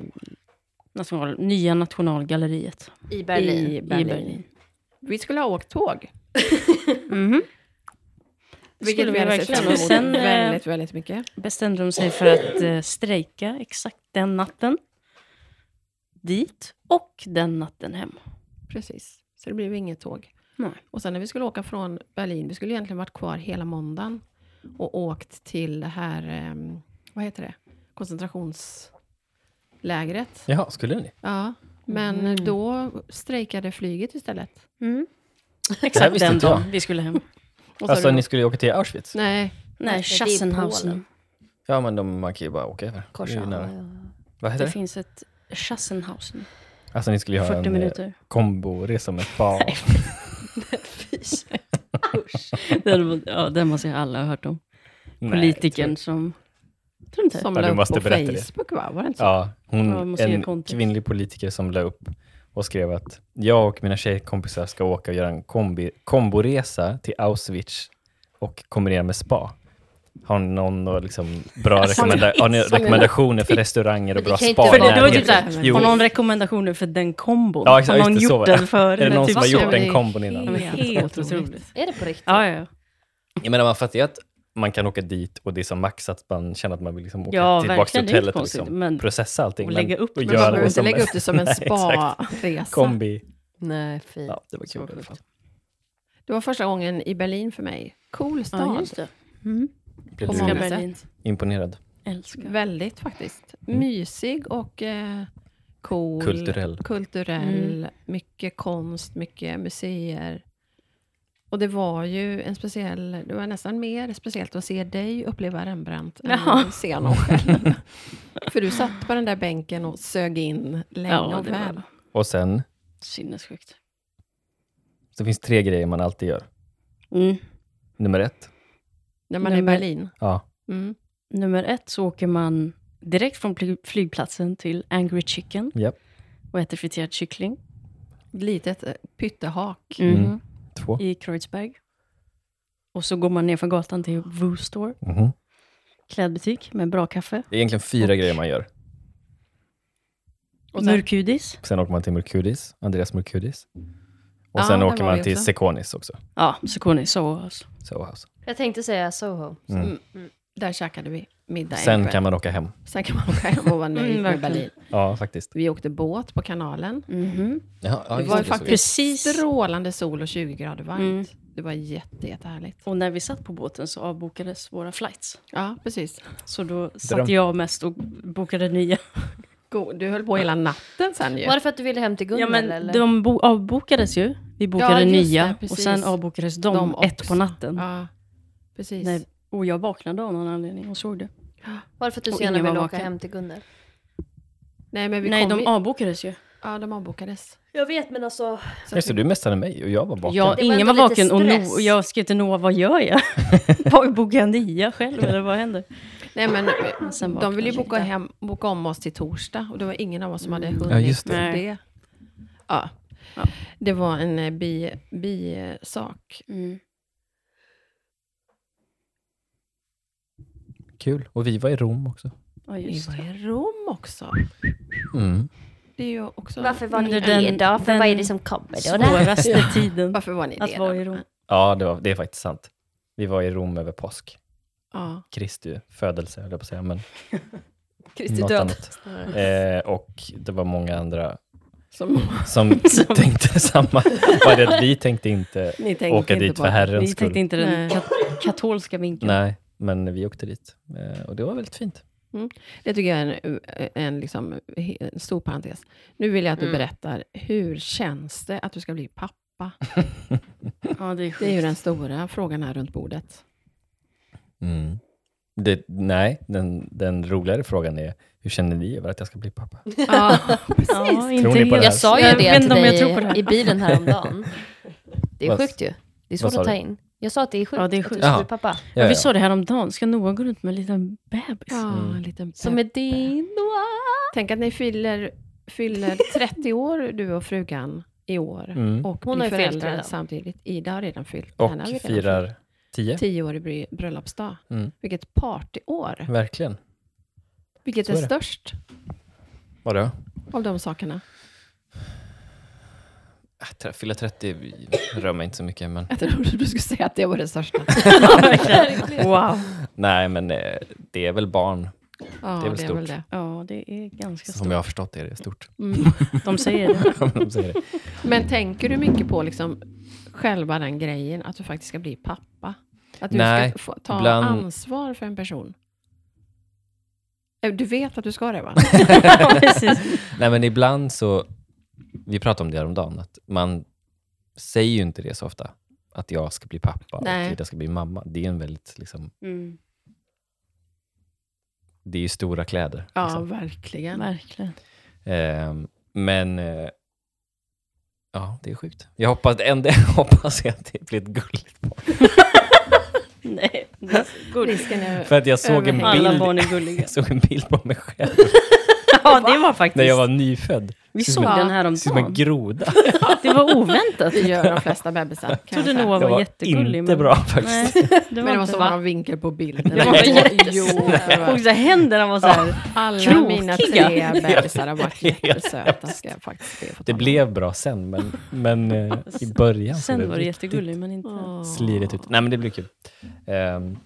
[SPEAKER 1] National, nya Nationalgalleriet
[SPEAKER 4] I Berlin.
[SPEAKER 2] I
[SPEAKER 1] i
[SPEAKER 2] Berlin.
[SPEAKER 1] Berlin.
[SPEAKER 2] Vi skulle ha åkt tåg.
[SPEAKER 1] Mhm.
[SPEAKER 2] Vilket vi hade sett fram
[SPEAKER 1] Och
[SPEAKER 2] emot
[SPEAKER 1] sen eh,
[SPEAKER 2] väldigt, väldigt mycket.
[SPEAKER 1] bestämde de sig för att eh, strejka exakt den natten. Dit och den natten hem.
[SPEAKER 2] Precis. Så det blev inget tåg.
[SPEAKER 1] Nej.
[SPEAKER 2] Och sen när vi skulle åka från Berlin, vi skulle egentligen varit kvar hela måndagen och åkt till det här, ehm, vad heter det, koncentrationslägret.
[SPEAKER 3] Jaha, skulle ni?
[SPEAKER 2] Ja, men
[SPEAKER 1] Mm.
[SPEAKER 2] då strejkade flyget istället.
[SPEAKER 1] Mm.
[SPEAKER 3] Det här
[SPEAKER 1] Exakt
[SPEAKER 3] visste
[SPEAKER 1] den
[SPEAKER 3] inte jag.
[SPEAKER 1] dagen vi skulle hem.
[SPEAKER 2] Och så
[SPEAKER 3] Alltså
[SPEAKER 2] du-
[SPEAKER 3] ni skulle ju åka till Auschwitz?
[SPEAKER 2] Nej,
[SPEAKER 1] Nej,
[SPEAKER 4] det är i
[SPEAKER 1] Schassenhausen.
[SPEAKER 4] Polen.
[SPEAKER 3] Ja men de, man kan ju bara åka över. Det är ju
[SPEAKER 4] Korsar.
[SPEAKER 3] nära.
[SPEAKER 4] Ja, ja.
[SPEAKER 3] Vad
[SPEAKER 1] Det
[SPEAKER 3] heter det?
[SPEAKER 1] finns ett Schassenhausen.
[SPEAKER 3] Alltså ni skulle ju ha
[SPEAKER 1] 40
[SPEAKER 3] en eh,
[SPEAKER 1] minuter.
[SPEAKER 3] komboresa med spa.
[SPEAKER 1] Den, ja, den måste ju alla ha hört om. Politikern som... Tror du inte?
[SPEAKER 2] som
[SPEAKER 3] Ja,
[SPEAKER 2] la
[SPEAKER 3] du
[SPEAKER 2] upp
[SPEAKER 3] måste
[SPEAKER 2] på
[SPEAKER 3] berätta det.
[SPEAKER 2] Facebook va? Var det inte så?
[SPEAKER 3] Ja,
[SPEAKER 1] Ja, jag
[SPEAKER 3] hon,
[SPEAKER 1] måste ge
[SPEAKER 3] en
[SPEAKER 1] kontext.
[SPEAKER 3] kvinnlig politiker som la upp och skrev att jag och mina tjejkompisar ska åka och göra en kombi, komboresa till Auschwitz och kombinera med spa. Har ni någon och liksom bra
[SPEAKER 1] Alltså,
[SPEAKER 3] rekommenda- har ni rekommendationer för restauranger och
[SPEAKER 4] Men det
[SPEAKER 3] bra
[SPEAKER 4] kan ju
[SPEAKER 3] spa?
[SPEAKER 4] inte
[SPEAKER 1] För
[SPEAKER 4] vara-
[SPEAKER 1] det, det var
[SPEAKER 2] Nej,
[SPEAKER 1] typ
[SPEAKER 2] okej.
[SPEAKER 1] såhär,
[SPEAKER 3] Jo.
[SPEAKER 1] har någon rekommendationer för den kombon?
[SPEAKER 3] Ja, exakt,
[SPEAKER 1] har någon
[SPEAKER 3] just det, så
[SPEAKER 1] gjort
[SPEAKER 3] var det.
[SPEAKER 1] den Typ förut?
[SPEAKER 3] Är det någon som har
[SPEAKER 2] så?
[SPEAKER 3] gjort
[SPEAKER 2] Det
[SPEAKER 3] den
[SPEAKER 2] är
[SPEAKER 3] kombon innan?
[SPEAKER 1] Ja, men Helt
[SPEAKER 2] Helt otroligt.
[SPEAKER 1] otroligt.
[SPEAKER 4] Är det på riktigt?
[SPEAKER 1] Ja, ja, ja.
[SPEAKER 3] Jag menar, man fattar ju att man kan åka dit och det är som max att man känner att man vill liksom åka
[SPEAKER 1] Ja,
[SPEAKER 3] tillbaka till
[SPEAKER 1] verkligen, det är inte
[SPEAKER 3] hotellet och
[SPEAKER 1] konstigt,
[SPEAKER 3] liksom
[SPEAKER 1] men-
[SPEAKER 3] processa allting.
[SPEAKER 1] och lägga upp,
[SPEAKER 3] och
[SPEAKER 1] men
[SPEAKER 2] Men man
[SPEAKER 3] göra
[SPEAKER 2] behöver
[SPEAKER 3] det
[SPEAKER 2] inte
[SPEAKER 3] som
[SPEAKER 2] lägga upp
[SPEAKER 3] en
[SPEAKER 2] det som en
[SPEAKER 3] Nej, exakt.
[SPEAKER 2] spa-resa.
[SPEAKER 3] kombi.
[SPEAKER 4] Nej, fint.
[SPEAKER 3] Ja, det var kul i alla fall.
[SPEAKER 2] Det var första gången i Berlin för mig. Cool stad.
[SPEAKER 1] Ja, just det. Mm.
[SPEAKER 3] Blev
[SPEAKER 2] På
[SPEAKER 3] du
[SPEAKER 1] Älskar
[SPEAKER 2] många
[SPEAKER 1] Berlin.
[SPEAKER 3] imponerad?
[SPEAKER 1] Älskar.
[SPEAKER 2] Väldigt faktiskt.
[SPEAKER 3] Mm.
[SPEAKER 2] Mysig och eh, cool.
[SPEAKER 3] Kulturell.
[SPEAKER 2] kulturell,
[SPEAKER 1] Mm.
[SPEAKER 2] mycket konst, mycket museer. Och det var ju en speciell, det var nästan mer speciellt att se dig uppleva Rembrandt än
[SPEAKER 1] Jaha.
[SPEAKER 2] att se honom själv. För du satt på den där bänken och sög in länge
[SPEAKER 1] Ja,
[SPEAKER 2] och
[SPEAKER 1] det
[SPEAKER 2] väl.
[SPEAKER 1] var
[SPEAKER 3] Och sen,
[SPEAKER 1] sinnessjukt.
[SPEAKER 3] så finns tre grejer man alltid gör.
[SPEAKER 1] Mm.
[SPEAKER 3] Nummer ett,
[SPEAKER 2] När man
[SPEAKER 1] Nej,
[SPEAKER 2] är i
[SPEAKER 1] men-
[SPEAKER 2] Berlin.
[SPEAKER 3] ja,
[SPEAKER 2] Mm.
[SPEAKER 1] Nummer ett så åker man direkt från fly- flygplatsen till Angry Chicken
[SPEAKER 3] Japp.
[SPEAKER 1] och äter friterad kyckling
[SPEAKER 2] Litet eh, pyttehak.
[SPEAKER 1] mm.
[SPEAKER 3] Mm. två,
[SPEAKER 1] i Kreuzberg. Och så går man ner för gatan till Woo Store,
[SPEAKER 3] mhm.
[SPEAKER 1] klädbutik med bra kaffe.
[SPEAKER 3] Det är egentligen fyra
[SPEAKER 1] Och-
[SPEAKER 3] grejer man gör.
[SPEAKER 2] Och sen-
[SPEAKER 1] Murkudis.
[SPEAKER 3] Sen åker man till Mercudis, Andreas Mercudis. Och
[SPEAKER 2] Ja,
[SPEAKER 3] sen
[SPEAKER 2] där
[SPEAKER 3] åker
[SPEAKER 2] var
[SPEAKER 3] man
[SPEAKER 2] vi
[SPEAKER 3] till
[SPEAKER 2] också.
[SPEAKER 3] Sekonis också,
[SPEAKER 1] Ja, Zucconi Soas.
[SPEAKER 3] Soho House.
[SPEAKER 4] Jag tänkte säga Soho.
[SPEAKER 3] Mm.
[SPEAKER 2] Mm. Mm. Där käkade vi middag.
[SPEAKER 3] Sen
[SPEAKER 2] ikväll.
[SPEAKER 3] kan man åka hem.
[SPEAKER 2] Sen kan man åka hem och vara nöjd
[SPEAKER 1] Mm,
[SPEAKER 2] med
[SPEAKER 1] verkligen.
[SPEAKER 2] Berlin.
[SPEAKER 3] Ja, faktiskt.
[SPEAKER 2] Vi åkte båt på kanalen.
[SPEAKER 1] Mhm.
[SPEAKER 3] Ja, ja,
[SPEAKER 2] Det
[SPEAKER 3] just
[SPEAKER 2] var ju
[SPEAKER 3] så vi-
[SPEAKER 2] faktiskt
[SPEAKER 1] Precis.
[SPEAKER 2] strålande sol och 20 grader varmt.
[SPEAKER 1] Mm.
[SPEAKER 2] Det var jätte, jättehärligt.
[SPEAKER 1] Och när vi satt på båten så avbokades våra flights.
[SPEAKER 2] Ja, precis.
[SPEAKER 1] Så då satt
[SPEAKER 3] Dröm.
[SPEAKER 1] jag mest och bokade nya.
[SPEAKER 2] Go- Du höll på hela natten sen ju.
[SPEAKER 4] Var det för att du ville hem till Gunnel?
[SPEAKER 1] Ja, men
[SPEAKER 4] eller?
[SPEAKER 1] de bo- avbokades ju. Vi bokade
[SPEAKER 2] Ja, just det,
[SPEAKER 1] nya och
[SPEAKER 2] precis.
[SPEAKER 1] sen avbokades de,
[SPEAKER 2] De
[SPEAKER 1] ett
[SPEAKER 2] också.
[SPEAKER 1] på natten.
[SPEAKER 2] Ja, precis.
[SPEAKER 1] Nej, och jag vaknade av någon anledning och såg det.
[SPEAKER 4] Var det för att du
[SPEAKER 1] Och
[SPEAKER 4] så gärna
[SPEAKER 1] ingen var
[SPEAKER 4] ville åka
[SPEAKER 1] vaken.
[SPEAKER 4] hem till Gunnel?
[SPEAKER 2] Nej, men vi
[SPEAKER 1] Nej,
[SPEAKER 2] kom
[SPEAKER 1] de
[SPEAKER 2] i-
[SPEAKER 1] avbokades ju.
[SPEAKER 2] ja, de avbokades.
[SPEAKER 4] Jag vet, men alltså...
[SPEAKER 2] Så
[SPEAKER 3] Just det,
[SPEAKER 2] att-
[SPEAKER 3] du mästade mig och jag var bakom.
[SPEAKER 1] Ja,
[SPEAKER 4] Det var
[SPEAKER 1] ingen
[SPEAKER 4] ändå
[SPEAKER 1] var
[SPEAKER 4] lite
[SPEAKER 1] vaken och,
[SPEAKER 4] stress.
[SPEAKER 1] no- och jag skrev till Noah, vad gör jag? Var- Bokar jag nya själv eller vad händer?
[SPEAKER 2] Nej, men
[SPEAKER 1] Men sen
[SPEAKER 2] de
[SPEAKER 1] vaknade
[SPEAKER 2] ville ju
[SPEAKER 1] jag.
[SPEAKER 2] boka, hem, boka om oss till torsdag och det var ingen av oss som hade hunnit
[SPEAKER 3] Ja, just
[SPEAKER 1] det.
[SPEAKER 2] det. Ja.
[SPEAKER 1] Mm. Ja.
[SPEAKER 2] Det var en eh, bi- bisak.
[SPEAKER 1] Mm.
[SPEAKER 3] Kul. Och vi var i Rom också.
[SPEAKER 1] Ja,
[SPEAKER 2] Vi
[SPEAKER 1] just
[SPEAKER 2] var
[SPEAKER 1] det.
[SPEAKER 2] i Rom också.
[SPEAKER 3] Mm.
[SPEAKER 2] det är ju också...
[SPEAKER 4] Varför var
[SPEAKER 1] Men
[SPEAKER 4] ni
[SPEAKER 1] det är
[SPEAKER 4] det
[SPEAKER 1] den-
[SPEAKER 4] då? För
[SPEAKER 1] den
[SPEAKER 4] vad är det som kommer då?
[SPEAKER 1] Svåraste tiden
[SPEAKER 2] Varför var ni det?
[SPEAKER 1] att vara
[SPEAKER 2] då?
[SPEAKER 1] i Rom.
[SPEAKER 3] Ja, det, var, det är faktiskt sant. Vi var i Rom över påsk.
[SPEAKER 2] Ja.
[SPEAKER 3] Kristi födelse, höll jag på att säga. Men
[SPEAKER 2] Kristi
[SPEAKER 3] något
[SPEAKER 2] död.
[SPEAKER 3] annat. Eh, och det var många andra
[SPEAKER 2] Som
[SPEAKER 3] som
[SPEAKER 1] Som-
[SPEAKER 3] tänkte samma. Bara det att vi tänkte inte
[SPEAKER 2] ni tänkte
[SPEAKER 3] åka
[SPEAKER 2] inte
[SPEAKER 3] dit för
[SPEAKER 2] på.
[SPEAKER 3] Herrens
[SPEAKER 1] Vi
[SPEAKER 3] skull.
[SPEAKER 1] tänkte inte den
[SPEAKER 2] Nej.
[SPEAKER 1] kat- katolska vinkeln.
[SPEAKER 3] Nej, men vi åkte dit. Eh, och det var väldigt fint.
[SPEAKER 2] Det tycker jag är en, en, liksom, en stor parentes. Nu vill jag att du
[SPEAKER 4] Mm.
[SPEAKER 2] berättar, hur känns det att du ska bli pappa?
[SPEAKER 1] Ja, det är
[SPEAKER 2] Det är ju
[SPEAKER 1] sjukt.
[SPEAKER 2] den stora frågan här runt bordet.
[SPEAKER 3] Mm. Det, nej, den, den roligare frågan är, hur känner ni över att jag ska bli pappa?
[SPEAKER 2] Ja, precis.
[SPEAKER 1] Ja, inte
[SPEAKER 3] Tror ni på det här?
[SPEAKER 4] Jag sa ju
[SPEAKER 1] Jag
[SPEAKER 4] det
[SPEAKER 1] vet
[SPEAKER 4] till
[SPEAKER 1] inte om jag
[SPEAKER 4] dig
[SPEAKER 1] tror på det här.
[SPEAKER 4] i bilen häromdagen. Det är
[SPEAKER 3] Vad-
[SPEAKER 4] sjukt ju. Det är
[SPEAKER 3] vad
[SPEAKER 4] svårt
[SPEAKER 3] sa
[SPEAKER 4] att ta
[SPEAKER 3] du?
[SPEAKER 4] in. Jag sa att det är sjukt
[SPEAKER 1] Ja, det är
[SPEAKER 4] att
[SPEAKER 1] sjukt.
[SPEAKER 4] du ska
[SPEAKER 3] Ja.
[SPEAKER 4] bli pappa.
[SPEAKER 1] Ja, Vi sa det här om dagen. ska Noah gå runt med en liten bebis?
[SPEAKER 2] Ja,
[SPEAKER 3] Mm.
[SPEAKER 2] en liten
[SPEAKER 4] Som är din Noah.
[SPEAKER 2] Tänk att ni fyller, fyller 30 år, du och frugan, i år.
[SPEAKER 3] Mm.
[SPEAKER 2] Och
[SPEAKER 4] Hon
[SPEAKER 2] blir
[SPEAKER 4] har ju fyllt
[SPEAKER 2] föräldrar
[SPEAKER 4] redan.
[SPEAKER 2] samtidigt. Ida har redan fyllt.
[SPEAKER 3] Och
[SPEAKER 2] henne har vi redan fyllt.
[SPEAKER 3] firar tio.
[SPEAKER 2] Tio år i bry- bröllopsdag.
[SPEAKER 3] Mm.
[SPEAKER 2] Vilket partyår.
[SPEAKER 3] Verkligen.
[SPEAKER 2] Vilket
[SPEAKER 3] så
[SPEAKER 2] är,
[SPEAKER 3] är det.
[SPEAKER 2] störst
[SPEAKER 3] Vadå?
[SPEAKER 2] av de sakerna?
[SPEAKER 3] Ah, Fylla 30 rör mig inte så mycket, men
[SPEAKER 2] Jag trodde du skulle säga att det var det största.
[SPEAKER 1] Wow.
[SPEAKER 3] nej, men eh, det är väl barn.
[SPEAKER 2] Ja,
[SPEAKER 3] Det är väl stort.
[SPEAKER 1] Ja, det är ganska
[SPEAKER 3] Som
[SPEAKER 1] stort.
[SPEAKER 3] jag har förstått det, det är stort.
[SPEAKER 2] Mm.
[SPEAKER 1] De säger det.
[SPEAKER 3] De säger det.
[SPEAKER 2] Men tänker du mycket på liksom själva den grejen, att du faktiskt ska bli pappa? Att du
[SPEAKER 3] Nej,
[SPEAKER 2] ska få ta
[SPEAKER 3] ibland-
[SPEAKER 2] ansvar för en person? Eh, Du vet att du ska det, va?
[SPEAKER 1] Ja, precis.
[SPEAKER 3] Nej, men ibland så, vi pratade om det häromdagen, att man säger ju inte det så ofta, att jag ska bli pappa
[SPEAKER 2] Nej.
[SPEAKER 3] och att jag ska bli mamma. Det är en väldigt, liksom,
[SPEAKER 1] Mm,
[SPEAKER 3] det är ju stora kläder.
[SPEAKER 2] Ja,
[SPEAKER 3] liksom.
[SPEAKER 2] verkligen.
[SPEAKER 1] verkligen.
[SPEAKER 3] Ehm, men, eh, ja, det är sjukt. Jag hoppas, en del hoppas jag att det blir ett gulligt barn.
[SPEAKER 1] Nej, det är så gulligt.
[SPEAKER 2] Risken är...
[SPEAKER 3] För att jag såg en
[SPEAKER 2] Överhängande.
[SPEAKER 1] Alla
[SPEAKER 3] bild,
[SPEAKER 1] barn är gulliga.
[SPEAKER 3] jag såg en bild på mig själv
[SPEAKER 1] Ja, det var faktiskt.
[SPEAKER 3] när jag var nyfödd.
[SPEAKER 1] Vi
[SPEAKER 3] Ser
[SPEAKER 1] såg
[SPEAKER 3] som en-
[SPEAKER 1] den
[SPEAKER 3] ser ut som en
[SPEAKER 1] häromdagen.
[SPEAKER 3] groda.
[SPEAKER 1] Det var oväntat.
[SPEAKER 2] Det gör de flesta bebisar. kan
[SPEAKER 1] Jag trodde
[SPEAKER 2] jag säga.
[SPEAKER 1] Noah
[SPEAKER 3] Jag
[SPEAKER 1] var
[SPEAKER 3] var
[SPEAKER 1] jättegullig.
[SPEAKER 3] inte bra faktiskt.
[SPEAKER 1] Nej, det var
[SPEAKER 2] Men det
[SPEAKER 1] inte
[SPEAKER 2] måste vara
[SPEAKER 1] bra.
[SPEAKER 2] någon vinkel på bilden.
[SPEAKER 1] Det var
[SPEAKER 2] jo,
[SPEAKER 1] Och så händerna var så här.
[SPEAKER 2] alla mina
[SPEAKER 1] krokiga.
[SPEAKER 2] tre bebisar har varit jättesöta, ska jag faktiskt be att få
[SPEAKER 3] Det
[SPEAKER 2] tala om.
[SPEAKER 3] blev bra sen, men, men eh, i början såg
[SPEAKER 1] Sen var det
[SPEAKER 3] riktigt
[SPEAKER 1] jättegullig, men inte...
[SPEAKER 2] Åh.
[SPEAKER 3] slirigt ut. Nej, men det blir kul. Ehm,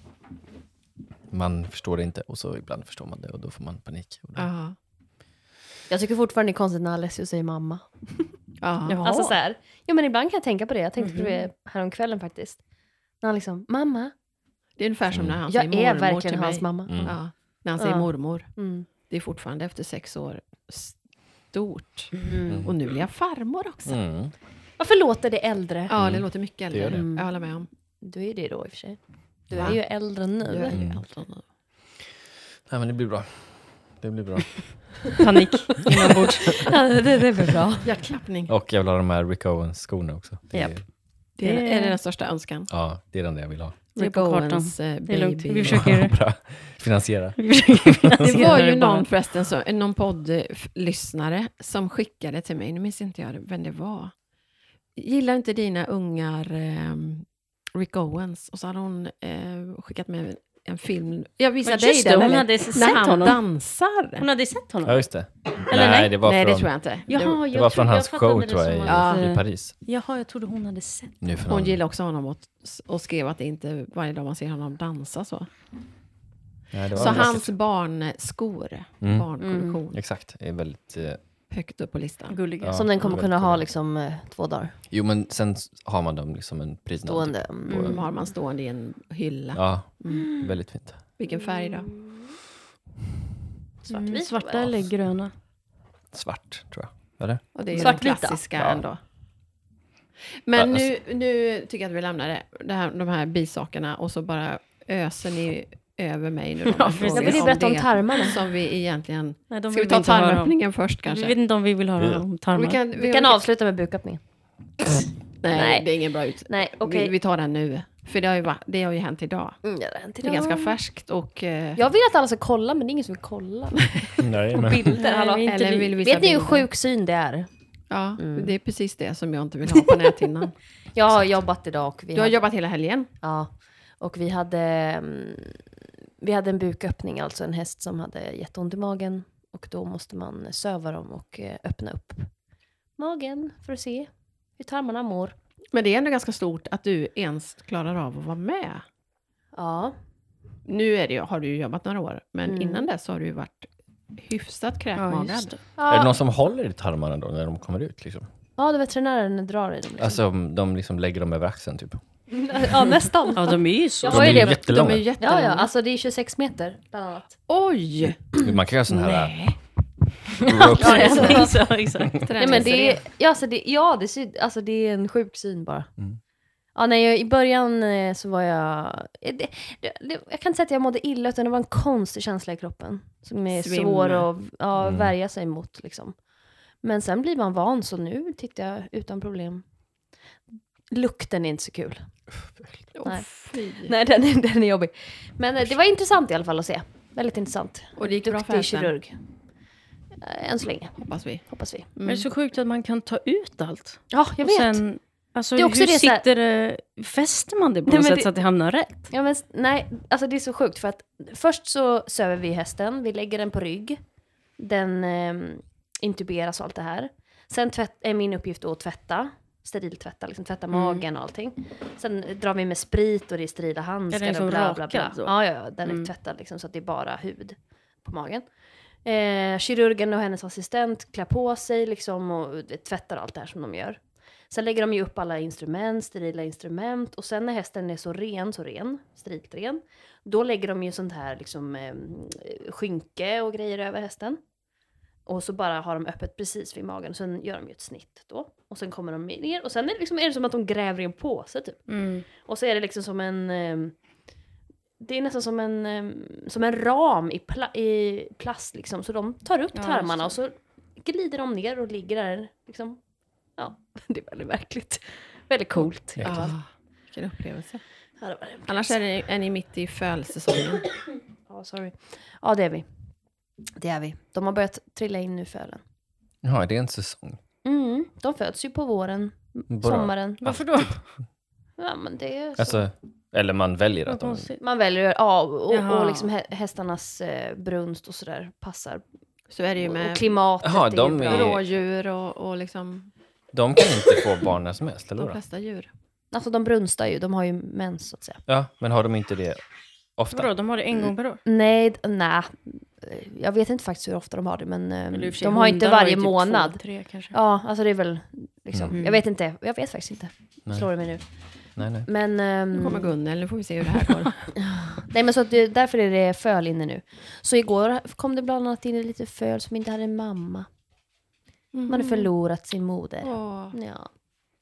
[SPEAKER 3] man förstår det inte och så ibland förstår man det och då får man panik. Och då-
[SPEAKER 2] Ja.
[SPEAKER 4] Jag tycker fortfarande det är konstigt när Alessio säger mamma.
[SPEAKER 2] Ja.
[SPEAKER 1] Jaha.
[SPEAKER 4] Alltså så här. Jo men ibland kan jag tänka på det. Jag tänkte på det häromkvällen faktiskt. När han liksom, mamma.
[SPEAKER 2] Det är ungefär som när han säger
[SPEAKER 4] Jag är
[SPEAKER 2] mormor
[SPEAKER 4] verkligen
[SPEAKER 2] till mig.
[SPEAKER 4] hans mamma.
[SPEAKER 3] Mm.
[SPEAKER 2] Ja, när han säger
[SPEAKER 4] Ja.
[SPEAKER 2] mormor.
[SPEAKER 4] Mm.
[SPEAKER 2] Det är fortfarande efter sex år stort.
[SPEAKER 4] Mm.
[SPEAKER 2] Och nu blir jag farmor också.
[SPEAKER 3] Mm.
[SPEAKER 4] Varför låter det äldre?
[SPEAKER 2] Ja, det
[SPEAKER 3] Mm.
[SPEAKER 2] låter mycket
[SPEAKER 3] Det
[SPEAKER 2] äldre.
[SPEAKER 3] gör det.
[SPEAKER 2] Jag håller med om.
[SPEAKER 4] Du är det då i och för sig. Du
[SPEAKER 2] Va?
[SPEAKER 4] är ju äldre
[SPEAKER 2] Du är
[SPEAKER 4] nu.
[SPEAKER 2] ju
[SPEAKER 3] Mm.
[SPEAKER 2] äldre nu.
[SPEAKER 3] Nej, men det blir bra. Det blir bra.
[SPEAKER 1] Panik inombords.
[SPEAKER 4] det, det är väl bra.
[SPEAKER 2] Hjärtklappning.
[SPEAKER 3] Och jag vill ha de här Rick Owens-skorna också. Det är,
[SPEAKER 1] Japp.
[SPEAKER 2] Det är, är det den största önskan.
[SPEAKER 3] ja, det är den där jag vill ha.
[SPEAKER 1] Det är på kartan.
[SPEAKER 2] eh,
[SPEAKER 1] Det är lugnt.
[SPEAKER 2] baby.
[SPEAKER 1] Vi försöker,
[SPEAKER 3] bra. Finansiera.
[SPEAKER 1] vi försöker
[SPEAKER 2] Det
[SPEAKER 1] finansiera
[SPEAKER 2] var ju
[SPEAKER 1] bara.
[SPEAKER 2] någon förresten, så, någon poddlyssnare som skickade till mig, nu minns inte jag vem det var. Gillar inte dina ungar ehm, Rick Owens? Och så hade hon eh, skickat med en film. Jag visade
[SPEAKER 1] Men
[SPEAKER 2] dig
[SPEAKER 1] just det,
[SPEAKER 2] den,
[SPEAKER 1] hon
[SPEAKER 2] eller?
[SPEAKER 1] hade
[SPEAKER 2] när
[SPEAKER 1] sett
[SPEAKER 2] han
[SPEAKER 1] honom.
[SPEAKER 2] dansar.
[SPEAKER 1] Hon hade sett honom?
[SPEAKER 3] Ja, just det.
[SPEAKER 1] Eller nej?
[SPEAKER 3] det var
[SPEAKER 2] Nej,
[SPEAKER 3] från,
[SPEAKER 2] det tror jag inte. Det-
[SPEAKER 1] Jaha,
[SPEAKER 3] det var från
[SPEAKER 1] trodde-
[SPEAKER 3] hans
[SPEAKER 1] fattade
[SPEAKER 3] show,
[SPEAKER 1] det
[SPEAKER 3] tror jag,
[SPEAKER 1] som
[SPEAKER 3] i,
[SPEAKER 2] att,
[SPEAKER 3] i Paris.
[SPEAKER 1] Jaha, jag trodde hon hade sett.
[SPEAKER 3] Nu för
[SPEAKER 2] Hon
[SPEAKER 3] någon-
[SPEAKER 2] gillar också honom och, och skrev att det inte varje dag man ser honom dansa så.
[SPEAKER 3] Nej, det var
[SPEAKER 2] Så
[SPEAKER 3] vackert.
[SPEAKER 2] hans barnskor,
[SPEAKER 3] Mm.
[SPEAKER 2] barnkollektion,
[SPEAKER 3] Exakt. Det är väldigt... eh,
[SPEAKER 2] högt upp på listan.
[SPEAKER 1] Gulliga.
[SPEAKER 3] Ja.
[SPEAKER 4] Som den kommer kunna
[SPEAKER 3] väldigt
[SPEAKER 4] ha
[SPEAKER 3] bra.
[SPEAKER 4] liksom eh, två dagar
[SPEAKER 3] Jo, men sen s- har man dem liksom en prisnad.
[SPEAKER 4] stående. Mm.
[SPEAKER 2] Mm. Har man stående i en hylla.
[SPEAKER 3] Ja,
[SPEAKER 2] Mm.
[SPEAKER 3] väldigt fint.
[SPEAKER 2] Vilken färg då?
[SPEAKER 1] Mm,
[SPEAKER 4] Svartvit.
[SPEAKER 1] Svarta eller gröna?
[SPEAKER 3] Svart, tror jag. Eller?
[SPEAKER 2] Och det är ju den
[SPEAKER 4] Svartvita.
[SPEAKER 2] klassiska
[SPEAKER 3] Ja.
[SPEAKER 2] ändå. Men
[SPEAKER 3] Ja, alltså-
[SPEAKER 2] nu, nu tycker jag att vi lämnar det, det här, de här bisakerna och så bara öser ni över mig nu. de här
[SPEAKER 1] Ja, precis.
[SPEAKER 2] frågorna
[SPEAKER 4] Jag vill ju berätta om
[SPEAKER 2] det
[SPEAKER 4] tarmarna.
[SPEAKER 2] Som vi egentligen...
[SPEAKER 1] Nej, de
[SPEAKER 2] Ska vi
[SPEAKER 1] vill
[SPEAKER 2] ta
[SPEAKER 1] inte höra om.
[SPEAKER 2] tarmöppningen först kanske?
[SPEAKER 1] Vi vet inte om vi vill höra
[SPEAKER 3] Ja.
[SPEAKER 1] om
[SPEAKER 2] Och
[SPEAKER 1] tarmar.
[SPEAKER 2] vi kan, vi,
[SPEAKER 4] Vi kan avsluta med buköppningen.
[SPEAKER 2] Nej,
[SPEAKER 4] Nej.
[SPEAKER 2] det är ingen bra ut.
[SPEAKER 4] Nej, okej.
[SPEAKER 2] Vi, vi tar den nu. För det har ju, va- det har ju hänt idag.
[SPEAKER 4] Mm, ja, den till
[SPEAKER 2] Det är ganska färskt och... eh,
[SPEAKER 4] Jag vill att alla ska kolla, men det är ingen som vill kolla.
[SPEAKER 3] Nej,
[SPEAKER 4] Bilder,
[SPEAKER 1] Nej,
[SPEAKER 4] hallå.
[SPEAKER 1] vi är inte vi-
[SPEAKER 2] Eller vill visa
[SPEAKER 4] Vet ni hur Mm.
[SPEAKER 2] bilder.
[SPEAKER 4] sjuk syn det är?
[SPEAKER 2] Ja, det är precis det som jag inte vill ha på näthinnan.
[SPEAKER 4] Jag har jobbat idag och vi
[SPEAKER 2] Du har
[SPEAKER 4] hade,
[SPEAKER 2] jobbat hela helgen.
[SPEAKER 4] ja, och vi hade, mm, vi hade en buköppning, alltså en häst som hade jätteont i magen. Och då måste man söva dem och eh, öppna upp magen för att se hur tarmarna mår.
[SPEAKER 2] Men det är ändå ganska stort att du ens klarar av att vara med.
[SPEAKER 4] Ja,
[SPEAKER 2] Nu är det, ju- har du ju jobbat några år, men
[SPEAKER 4] Mm.
[SPEAKER 2] innan dess har du ju varit hyfsat
[SPEAKER 1] Ja,
[SPEAKER 2] kräkmagad.
[SPEAKER 1] just det.
[SPEAKER 3] Är det
[SPEAKER 4] ja.
[SPEAKER 3] någon som håller i tarmarna då när de kommer ut? Liksom?
[SPEAKER 4] ja du veterinären drar i dem. Liksom.
[SPEAKER 3] Alltså de liksom lägger dem över axeln typ.
[SPEAKER 4] ja, nästan.
[SPEAKER 1] Ja, de är ju så.
[SPEAKER 4] Jag
[SPEAKER 3] De
[SPEAKER 4] har
[SPEAKER 3] är
[SPEAKER 4] ju
[SPEAKER 3] ju
[SPEAKER 4] det.
[SPEAKER 2] De
[SPEAKER 3] jättelånga.
[SPEAKER 2] är ju jättelånga.
[SPEAKER 4] Ja, ja, alltså det är 26 meter bland annat.
[SPEAKER 2] Oj!
[SPEAKER 3] Man kan göra sån här uh,
[SPEAKER 2] Nej.
[SPEAKER 3] ropes.
[SPEAKER 4] Ja, Mm. ja.
[SPEAKER 1] Ja, exakt, exakt.
[SPEAKER 4] Nej, men det är, ja, alltså det, ja, det, ser- alltså det är en sjuk syn bara. Ja, nej, jag, I början eh, så var jag... eh, Det, det, det, jag kan inte säga att jag mådde illa, utan det var en konstig känsla i kroppen. Som är
[SPEAKER 2] Svimma.
[SPEAKER 4] svår att ja,
[SPEAKER 3] Mm.
[SPEAKER 4] värja sig mot. Liksom. Men sen blir man van, så nu tittar jag utan problem. Lukten är inte så kul.
[SPEAKER 2] Åh,
[SPEAKER 4] Nej.
[SPEAKER 2] fy.
[SPEAKER 4] Nej, den är, den är jobbig. Men eh, det var intressant i alla fall att se. Väldigt intressant.
[SPEAKER 2] Och det gick bra för
[SPEAKER 4] Duktig
[SPEAKER 2] hästen,
[SPEAKER 4] kirurg. Eh, Än så länge,
[SPEAKER 2] hoppas vi. Mm.
[SPEAKER 4] hoppas vi.
[SPEAKER 1] Men det är så sjukt att man kan ta ut allt.
[SPEAKER 4] Ja, jag
[SPEAKER 1] Och
[SPEAKER 4] vet.
[SPEAKER 1] Sen, alltså,
[SPEAKER 4] Det är också
[SPEAKER 1] hur
[SPEAKER 4] det så här-
[SPEAKER 1] sitter det... Fäster man det på
[SPEAKER 4] Nej,
[SPEAKER 1] något
[SPEAKER 4] men
[SPEAKER 1] sätt
[SPEAKER 4] det-
[SPEAKER 1] så att det hamnar rätt?
[SPEAKER 4] Ja, men, s- nej, alltså det är så sjukt för att först så söver vi hästen, vi lägger den på rygg, den ehm, intuberas och allt det här. Sen tvätt, är min uppgift att tvätta, steriltvätta, liksom tvätta magen och allting. Sen drar vi med sprit och det är sterila handskar
[SPEAKER 1] liksom
[SPEAKER 4] och bla bla bla.
[SPEAKER 1] rakad då?
[SPEAKER 4] Ja, ja, ja, den är
[SPEAKER 1] Mm.
[SPEAKER 4] tvättad liksom så att det är bara hud på magen. Eh, kirurgen och hennes assistent klär på sig liksom och du vet, tvättar allt det här som de gör. Sen lägger de ju upp alla instrument, sterila instrument och sen när hästen är så ren, så ren, sterilt ren, då lägger de ju sånt här liksom eh, skynke och grejer över hästen. Och så bara har de öppet precis vid magen, sen gör de ju ett snitt då. Och sen kommer de ner och sen är det, liksom, är det som att de gräver i en påse typ. Och så är det liksom som en... ehm, Det är nästan som en, ehm, som en ram i, pla- i plast liksom. Så de tar upp
[SPEAKER 1] Ja,
[SPEAKER 4] tarmarna och
[SPEAKER 1] just
[SPEAKER 4] så glider de ner och ligger där liksom. Ja, det är väldigt verkligt. Väldigt coolt.
[SPEAKER 3] Ja.
[SPEAKER 2] Ah, vilken upplevelse.
[SPEAKER 4] Ja, det var det.
[SPEAKER 2] Annars är, det, är ni mitt i fölsäsongen.
[SPEAKER 4] Ja, sorry. Ja, det är vi. Det är vi. De har börjat trilla in nu fölen.
[SPEAKER 3] Ja, det är en säsong.
[SPEAKER 4] Mm, de föds ju på våren,
[SPEAKER 3] Bara.
[SPEAKER 4] sommaren.
[SPEAKER 1] Varför då?
[SPEAKER 4] Ja, men det är så.
[SPEAKER 3] Alltså, eller man väljer att
[SPEAKER 1] Vad
[SPEAKER 3] de...
[SPEAKER 1] konstigt.
[SPEAKER 4] Man väljer, ja, och,
[SPEAKER 1] Jaha.
[SPEAKER 4] och liksom hä- hästarnas eh, brunst och sådär passar.
[SPEAKER 2] Så är det ju
[SPEAKER 4] Och
[SPEAKER 2] med
[SPEAKER 4] klimatet
[SPEAKER 3] Jaha,
[SPEAKER 4] är ju
[SPEAKER 3] de
[SPEAKER 4] bra.
[SPEAKER 3] är-
[SPEAKER 2] rådjur och, och liksom
[SPEAKER 3] De kan inte få barn när som helst, eller
[SPEAKER 2] de
[SPEAKER 3] hur?
[SPEAKER 2] flesta djur.
[SPEAKER 4] Alltså de brunstar ju, de har ju mens så att säga.
[SPEAKER 3] Ja, men har de inte det ofta?
[SPEAKER 1] Vadå, de har det en gång per år?
[SPEAKER 4] Nej, d- nej. Jag vet inte faktiskt hur ofta de har det, men eh,
[SPEAKER 1] Eller i och för sig,
[SPEAKER 4] de har inte
[SPEAKER 1] hundar
[SPEAKER 4] varje
[SPEAKER 1] ju typ
[SPEAKER 4] månad.
[SPEAKER 1] Två, tre kanske.
[SPEAKER 4] Ja, alltså det är väl liksom,
[SPEAKER 1] Mm.
[SPEAKER 4] jag vet inte, jag vet faktiskt inte.
[SPEAKER 3] Nej.
[SPEAKER 4] Slår det mig nu.
[SPEAKER 3] Nej, nej.
[SPEAKER 4] Men, ehm,
[SPEAKER 2] Nu kommer Gunnel, nu får vi se hur det här går.
[SPEAKER 4] nej men så att det, därför är det föl inne nu. Så igår kom det bland annat in lite föl som inte hade en mamma. Man hade förlorat sin moder.
[SPEAKER 2] Mm. Åh,
[SPEAKER 4] Ja.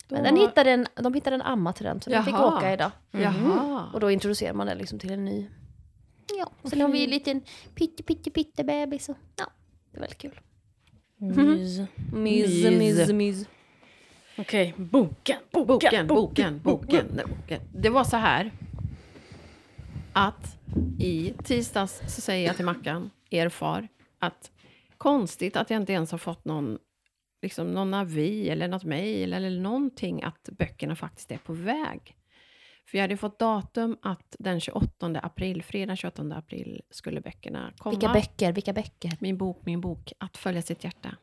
[SPEAKER 2] då-
[SPEAKER 4] Men den hittade en, de hittade en amma till den, så den fick
[SPEAKER 2] Jaha.
[SPEAKER 4] åka idag.
[SPEAKER 2] Mm. Jaha.
[SPEAKER 4] Och då introducerar man den liksom till en ny. Ja, sen har vi en liten pytte, pytte, pytte bebis. Och, ja, det är väldigt kul.
[SPEAKER 1] Mm. Mys.
[SPEAKER 4] Mm-hmm. Mys,
[SPEAKER 1] mys,
[SPEAKER 4] mys.
[SPEAKER 1] Okej, boken, boken,
[SPEAKER 2] Boken,
[SPEAKER 1] boken.
[SPEAKER 2] boken, boken, nej, boken. Det var så här. Att i tisdags så säger jag till Mackan, er far, att konstigt att jag inte ens har fått någon, liksom någon avi eller något mejl eller någonting att böckerna faktiskt är på väg. För jag hade fått datum att den 28 april, fredag 28 april, skulle böckerna komma.
[SPEAKER 4] Vilka böcker, vilka böcker.
[SPEAKER 2] Min bok, min bok, Att följa sitt hjärta.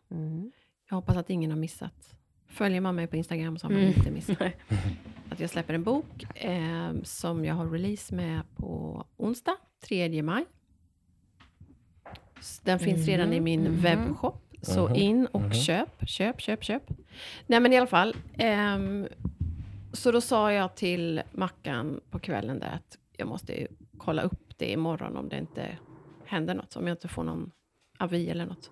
[SPEAKER 2] Jag hoppas att ingen har missat. Följer man mig på Instagram så har man
[SPEAKER 1] Mm.
[SPEAKER 2] inte missat.
[SPEAKER 1] Nej.
[SPEAKER 2] Att jag släpper en bok eh, som jag har release med på onsdag, 3 maj. S- Den finns redan
[SPEAKER 1] Mm.
[SPEAKER 2] i min webbshop. Så
[SPEAKER 3] Mhm.
[SPEAKER 2] in och
[SPEAKER 3] Mhm.
[SPEAKER 2] köp, köp, köp, köp. Nej men i alla fall. ehm, så då sa jag till Mackan på kvällen där att jag måste ju kolla upp det imorgon om det inte händer något. Om jag inte får någon avi eller något.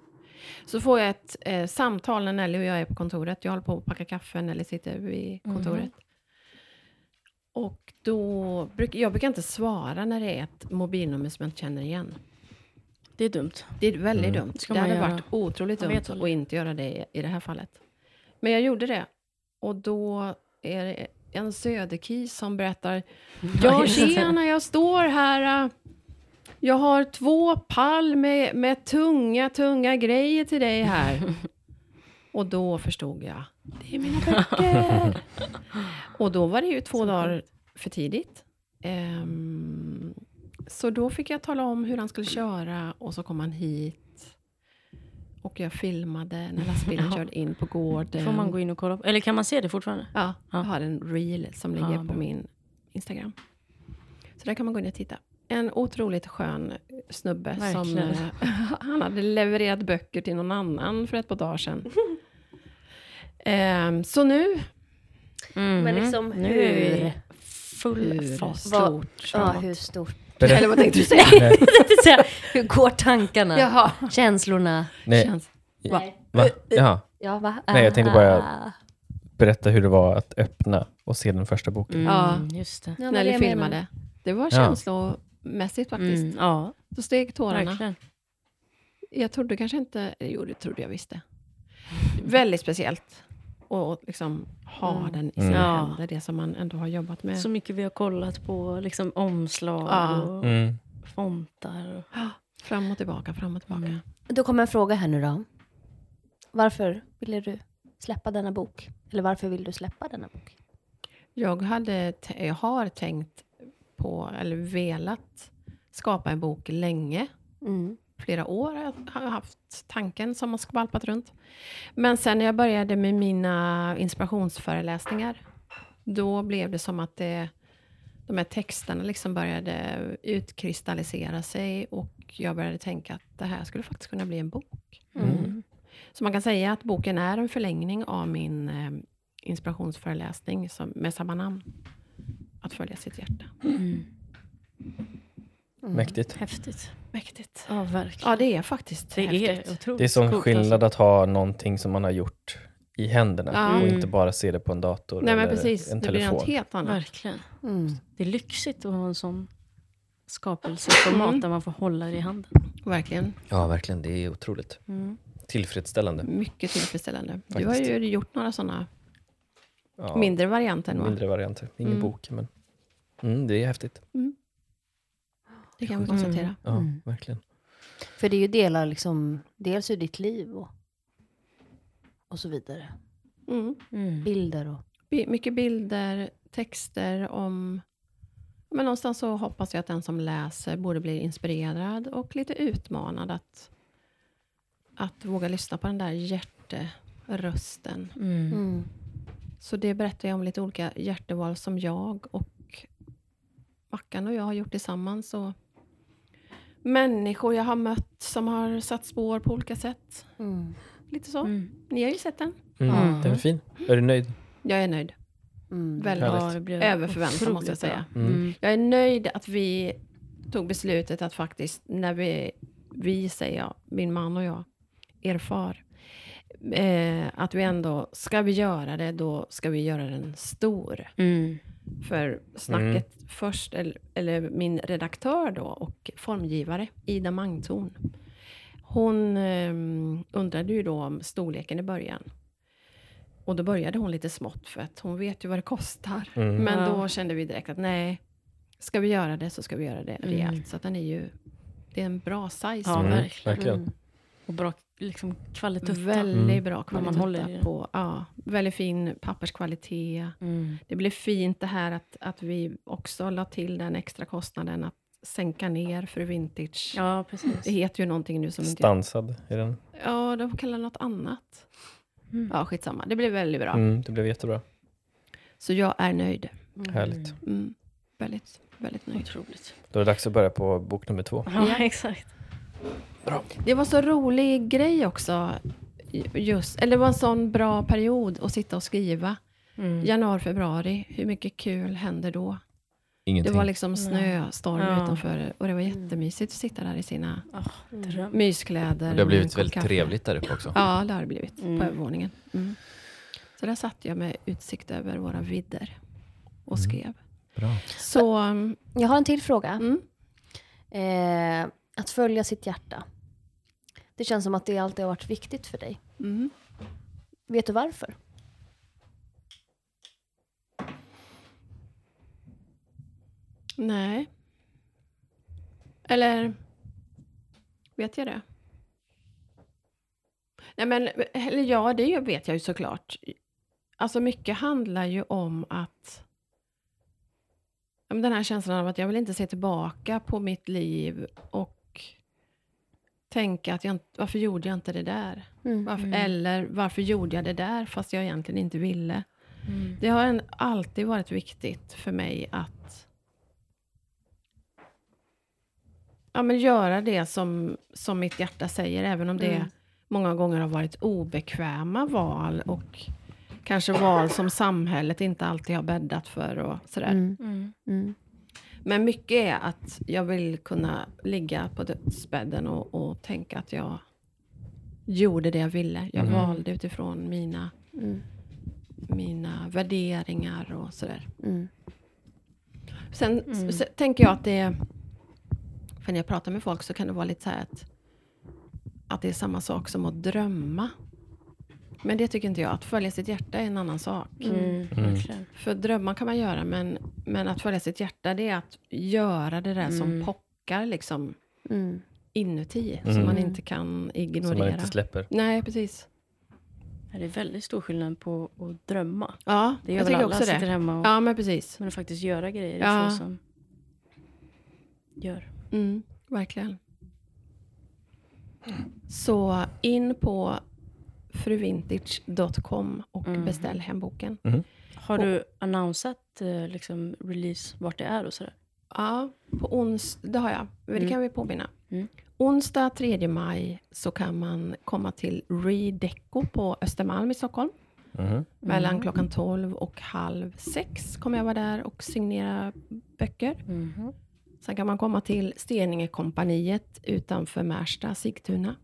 [SPEAKER 2] Så får jag ett eh, samtal när Nelly och jag är på kontoret. Jag håller på att packa kaffe, Nelly sitter vid kontoret. Och då, bruk, jag brukar inte svara när det är ett mobilnummer som jag inte känner igen.
[SPEAKER 1] Det är dumt.
[SPEAKER 2] Det är väldigt dumt.
[SPEAKER 1] Ska
[SPEAKER 2] det
[SPEAKER 1] man
[SPEAKER 2] hade
[SPEAKER 1] göra.
[SPEAKER 2] varit otroligt
[SPEAKER 1] Man
[SPEAKER 2] dumt
[SPEAKER 1] vet
[SPEAKER 2] att
[SPEAKER 1] aldrig.
[SPEAKER 2] inte göra det i, i det här fallet. Men jag gjorde det. Och då är det en söderkis som berättar. Ja,
[SPEAKER 1] just det.
[SPEAKER 2] tjena, jag står här. äh, Jag har två pall med, med tunga, tunga grejer till dig här. Och då förstod jag. Det är mina böcker. Och då var det ju två dagar för tidigt. Ehm, så då fick jag tala om hur han skulle köra och så kom han hit. Och jag filmade när lastbilen
[SPEAKER 1] Ja.
[SPEAKER 2] körde in på gården.
[SPEAKER 1] Får man gå in och kolla på? Eller kan man se det fortfarande?
[SPEAKER 2] Ja,
[SPEAKER 1] Ja.
[SPEAKER 2] jag har en reel som
[SPEAKER 1] Ja,
[SPEAKER 2] ligger på
[SPEAKER 1] bra.
[SPEAKER 2] min Instagram. Så där kan man gå in och titta. En otroligt skön snubbe som...
[SPEAKER 1] Verkligen.
[SPEAKER 2] eh, han hade levererat böcker till någon annan för ett par dagar sedan. Ehm, så nu,
[SPEAKER 1] Mhm.
[SPEAKER 4] Men liksom,
[SPEAKER 1] Nu är vi full
[SPEAKER 2] Hur?
[SPEAKER 1] fas.
[SPEAKER 4] Vad-
[SPEAKER 2] stort
[SPEAKER 4] Ja,
[SPEAKER 2] framåt.
[SPEAKER 4] hur stort?
[SPEAKER 2] Eller vad tänkte du säga?
[SPEAKER 4] Det är så här, Hur går tankarna?
[SPEAKER 2] Jaha.
[SPEAKER 4] Känslorna?
[SPEAKER 3] Nej,
[SPEAKER 2] Känns.
[SPEAKER 4] Nej.
[SPEAKER 3] va? Jaha.
[SPEAKER 4] Ja, va?
[SPEAKER 3] Nej, jag tänkte bara-
[SPEAKER 4] Ah.
[SPEAKER 3] Berätta hur det var att öppna och se den första boken.
[SPEAKER 1] Mm,
[SPEAKER 2] Ja.
[SPEAKER 1] Just det.
[SPEAKER 4] Ja, men
[SPEAKER 2] när
[SPEAKER 4] det
[SPEAKER 2] vi
[SPEAKER 4] jag
[SPEAKER 2] filmade.
[SPEAKER 4] menar.
[SPEAKER 2] Det var
[SPEAKER 3] Ja.
[SPEAKER 2] känslomässigt faktiskt.
[SPEAKER 1] Mm, ja,
[SPEAKER 2] Då steg tårarna.
[SPEAKER 1] verkligen.
[SPEAKER 2] Jag trodde kanske inte... eller Jo, det trodde jag visste. Väldigt speciellt att liksom ha
[SPEAKER 4] Mm.
[SPEAKER 2] den i
[SPEAKER 3] Mm.
[SPEAKER 2] sina
[SPEAKER 1] Ja.
[SPEAKER 2] händer, det som man ändå har jobbat med.
[SPEAKER 1] Så mycket vi har kollat på liksom, omslag
[SPEAKER 2] Ja.
[SPEAKER 1] och
[SPEAKER 3] Mm.
[SPEAKER 1] fontar. Och...
[SPEAKER 2] Fram och tillbaka, fram och tillbaka.
[SPEAKER 1] Mm.
[SPEAKER 4] Då kommer en fråga här nu då. Varför ville du släppa denna bok? Eller varför vill du släppa denna bok?
[SPEAKER 2] Jag, hade, t- jag har tänkt på, eller velat, skapa en bok länge.
[SPEAKER 4] Mm.
[SPEAKER 2] Flera år har jag har jag haft tanken som har skvalpat runt. Men sen när jag började med mina inspirationsföreläsningar, då blev det som att det, de här texterna liksom började utkristallisera sig och jag började tänka att det här skulle faktiskt kunna bli en bok.
[SPEAKER 4] Mm.
[SPEAKER 2] Så man kan säga att boken är en förlängning av min eh, inspirationsföreläsning som, med samma namn. Att följa sitt hjärta.
[SPEAKER 1] Mm.
[SPEAKER 3] Mäktigt.
[SPEAKER 1] Häftigt.
[SPEAKER 2] Mäktigt.
[SPEAKER 1] Ja, verkligen.
[SPEAKER 2] Ja, det är faktiskt
[SPEAKER 1] det
[SPEAKER 2] häftigt.
[SPEAKER 1] är otroligt
[SPEAKER 3] Det är sån
[SPEAKER 1] coolt,
[SPEAKER 3] skillnad
[SPEAKER 1] alltså.
[SPEAKER 3] att ha någonting som man har gjort i händerna
[SPEAKER 2] Ja.
[SPEAKER 3] och
[SPEAKER 1] Mm.
[SPEAKER 3] inte bara se det på en dator
[SPEAKER 2] Nej, men
[SPEAKER 3] eller
[SPEAKER 2] precis.
[SPEAKER 3] en
[SPEAKER 2] Det blir
[SPEAKER 3] telefon.
[SPEAKER 2] något helt annat.
[SPEAKER 1] Verkligen.
[SPEAKER 4] Mm.
[SPEAKER 1] Det är lyxigt att ha en sån skapelse i format
[SPEAKER 2] Mm.
[SPEAKER 1] där man får hålla det i handen.
[SPEAKER 2] Verkligen.
[SPEAKER 3] Ja, verkligen. Det är otroligt
[SPEAKER 2] Mm.
[SPEAKER 3] tillfredsställande.
[SPEAKER 2] Mycket tillfredsställande. Du har
[SPEAKER 3] Faktiskt.
[SPEAKER 2] ju gjort några sådana
[SPEAKER 3] Ja,
[SPEAKER 2] mindre varianter än vad
[SPEAKER 3] mindre varianter. Ingen
[SPEAKER 2] Mm.
[SPEAKER 3] bok, men mm, det är häftigt.
[SPEAKER 2] Det kan vi konstatera.
[SPEAKER 3] Ja,
[SPEAKER 4] Mm.
[SPEAKER 3] verkligen.
[SPEAKER 4] För det är ju delar liksom, dels ur ditt liv och, och så vidare.
[SPEAKER 2] Mm.
[SPEAKER 1] Mm.
[SPEAKER 4] Bilder och...
[SPEAKER 2] Bi- Mycket bilder, texter om... Men någonstans så hoppas jag att den som läser både blir inspirerad och lite utmanad att, att våga lyssna på den där hjärterösten.
[SPEAKER 1] Mm.
[SPEAKER 4] Mm.
[SPEAKER 2] Så det berättar jag om lite olika hjärteval som jag och Mackan och jag har gjort tillsammans. Och människor jag har mött som har satt spår på olika sätt.
[SPEAKER 4] Mm.
[SPEAKER 2] Lite så.
[SPEAKER 1] Mm.
[SPEAKER 2] Ni har ju sett den.
[SPEAKER 3] Mm.
[SPEAKER 1] Ja.
[SPEAKER 3] Den är fin. Är du nöjd?
[SPEAKER 2] Jag är nöjd.
[SPEAKER 4] Mm.
[SPEAKER 2] Väldigt.
[SPEAKER 3] Härligt.
[SPEAKER 1] det blev
[SPEAKER 2] Över förväntan,
[SPEAKER 1] otroligt
[SPEAKER 2] måste jag säga.
[SPEAKER 1] bra.
[SPEAKER 3] Mm.
[SPEAKER 1] Mm.
[SPEAKER 2] Jag är nöjd att vi tog beslutet att faktiskt, när vi, vi säger jag, min man och jag, erfar, eh, att vi ändå, ska vi göra det, då ska vi göra den stor.
[SPEAKER 1] Mm.
[SPEAKER 2] För snacket
[SPEAKER 3] Mm.
[SPEAKER 2] först, eller, eller min redaktör då och formgivare, Ida Mangtorn, hon eh, undrade ju då om storleken i början. Och då började hon lite smått, för att hon vet ju vad det kostar.
[SPEAKER 3] Mm.
[SPEAKER 2] Men
[SPEAKER 1] Ja.
[SPEAKER 2] då kände vi direkt att nej, ska vi göra det så ska vi göra det
[SPEAKER 1] Mm.
[SPEAKER 2] rejält. Så att den är ju, det är en bra size.
[SPEAKER 1] Ja,
[SPEAKER 3] Mm.
[SPEAKER 1] verkligen.
[SPEAKER 3] Verkligen.
[SPEAKER 1] Och bra liksom, kvalitet.
[SPEAKER 2] Väldigt
[SPEAKER 3] Mm.
[SPEAKER 2] bra
[SPEAKER 1] När man håller i
[SPEAKER 2] kvalitet
[SPEAKER 1] den.
[SPEAKER 2] på, ja, väldigt fin papperskvalitet.
[SPEAKER 1] Mm.
[SPEAKER 2] Det blev fint det här att, att vi också la till den extra kostnaden att sänka ner för vintage.
[SPEAKER 1] Ja, precis.
[SPEAKER 2] Det heter ju någonting nu som inte...
[SPEAKER 3] Stansad är den.
[SPEAKER 2] Ja, de kallar det något annat.
[SPEAKER 1] Mm.
[SPEAKER 2] Ja, skitsamma. Det blev väldigt bra.
[SPEAKER 3] Mm, det blev jättebra.
[SPEAKER 2] Så jag är nöjd.
[SPEAKER 3] Härligt.
[SPEAKER 2] Mm. Väldigt, väldigt nöjd.
[SPEAKER 1] Otroligt.
[SPEAKER 3] Då är det dags att börja på bok nummer två.
[SPEAKER 1] Ja, exakt.
[SPEAKER 2] Det var så rolig grej också. Just, eller det var en sån bra period att sitta och skriva.
[SPEAKER 1] Mm.
[SPEAKER 2] Januari, februari, hur mycket kul hände då? Det
[SPEAKER 3] Ingenting.
[SPEAKER 2] var liksom snö, storm
[SPEAKER 1] Ja.
[SPEAKER 2] utanför och det var jättemysigt att sitta där i sina
[SPEAKER 1] Åh,
[SPEAKER 4] Mm.
[SPEAKER 1] dröm.
[SPEAKER 2] myskläder.
[SPEAKER 5] Och det har
[SPEAKER 2] med en
[SPEAKER 5] blivit
[SPEAKER 2] kopp
[SPEAKER 5] väldigt
[SPEAKER 2] kaffe.
[SPEAKER 5] trevligt där uppe också.
[SPEAKER 2] Ja, det har det blivit
[SPEAKER 1] Mm.
[SPEAKER 2] på övervåningen. Mm. Så där satt jag med utsikt över våra vidder och
[SPEAKER 5] Mm.
[SPEAKER 2] skrev.
[SPEAKER 5] Bra.
[SPEAKER 2] Så, mm,
[SPEAKER 4] Jag har en till fråga.
[SPEAKER 2] mm,
[SPEAKER 4] Eh, att följa sitt hjärta. Det känns som att det alltid har varit viktigt för dig.
[SPEAKER 2] mm.
[SPEAKER 4] Vet du varför?
[SPEAKER 2] nej. Eller, vet jag det? Nej men, eller ja, det vet jag ju såklart. Alltså mycket handlar ju om att ja, men den här känslan av att jag vill inte se tillbaka på mitt liv och tänka att jag, inte- varför gjorde jag inte det där?
[SPEAKER 4] Mm.
[SPEAKER 2] Varför, Eller varför gjorde jag det där fast jag egentligen inte ville?
[SPEAKER 1] Mm.
[SPEAKER 2] Det har en, alltid varit viktigt för mig att ja, men göra det som, som mitt hjärta säger, även om det
[SPEAKER 4] Mm.
[SPEAKER 2] många gånger har varit obekväma val och kanske val som samhället inte alltid har bäddat för och sådär.
[SPEAKER 4] Mm.
[SPEAKER 1] Mm.
[SPEAKER 4] Mm.
[SPEAKER 2] Men mycket är att jag vill kunna ligga på dödsbädden och, och tänka att jag gjorde det jag ville. Jag
[SPEAKER 3] Mhm.
[SPEAKER 2] valde utifrån mina,
[SPEAKER 4] Mm.
[SPEAKER 2] mina värderingar och sådär.
[SPEAKER 4] Mm.
[SPEAKER 2] Sen, s- sen tänker jag att det är... För när jag pratar med folk så kan det vara lite så här att, att det är samma sak som att drömma. Men det tycker inte jag. Att följa sitt hjärta är en annan sak.
[SPEAKER 1] Mm. Verkligen.
[SPEAKER 2] För drömmar kan man göra, men, men att följa sitt hjärta det är att göra det där som
[SPEAKER 1] Mm.
[SPEAKER 2] pockar liksom
[SPEAKER 4] Mm.
[SPEAKER 2] inuti, som
[SPEAKER 3] Mm.
[SPEAKER 2] man inte kan
[SPEAKER 3] Som man
[SPEAKER 2] ignorera.
[SPEAKER 3] inte släpper.
[SPEAKER 2] Nej, precis.
[SPEAKER 1] Det är väldigt stor skillnad på att drömma.
[SPEAKER 2] Ja,
[SPEAKER 1] Det gör
[SPEAKER 2] jag
[SPEAKER 1] väl
[SPEAKER 2] tycker
[SPEAKER 1] alla,
[SPEAKER 2] också
[SPEAKER 1] sitter
[SPEAKER 2] det.
[SPEAKER 1] hemma och
[SPEAKER 2] Ja, men precis.
[SPEAKER 1] Men att faktiskt göra grejer
[SPEAKER 2] Ja.
[SPEAKER 1] är få som gör.
[SPEAKER 2] Mm, verkligen. Så in på fruvintage.com och
[SPEAKER 1] Mm.
[SPEAKER 2] beställ hem boken.
[SPEAKER 1] Har du annonsat eh, liksom, release, vart det är och sådär?
[SPEAKER 2] Ja, på onsdag, det har jag. Det
[SPEAKER 1] Mm.
[SPEAKER 2] kan vi påminna.
[SPEAKER 1] Mm.
[SPEAKER 2] Onsdag 3 maj så kan man komma till Redeco på Östermalm i Stockholm.
[SPEAKER 5] Mm.
[SPEAKER 3] Mhm.
[SPEAKER 2] Mellan
[SPEAKER 1] Mm.
[SPEAKER 2] klockan 12 och halv sex kommer jag vara där och signera böcker.
[SPEAKER 1] Mhm.
[SPEAKER 2] Sen kan man komma till Steningekompaniet utanför Märsta, Sigtuna,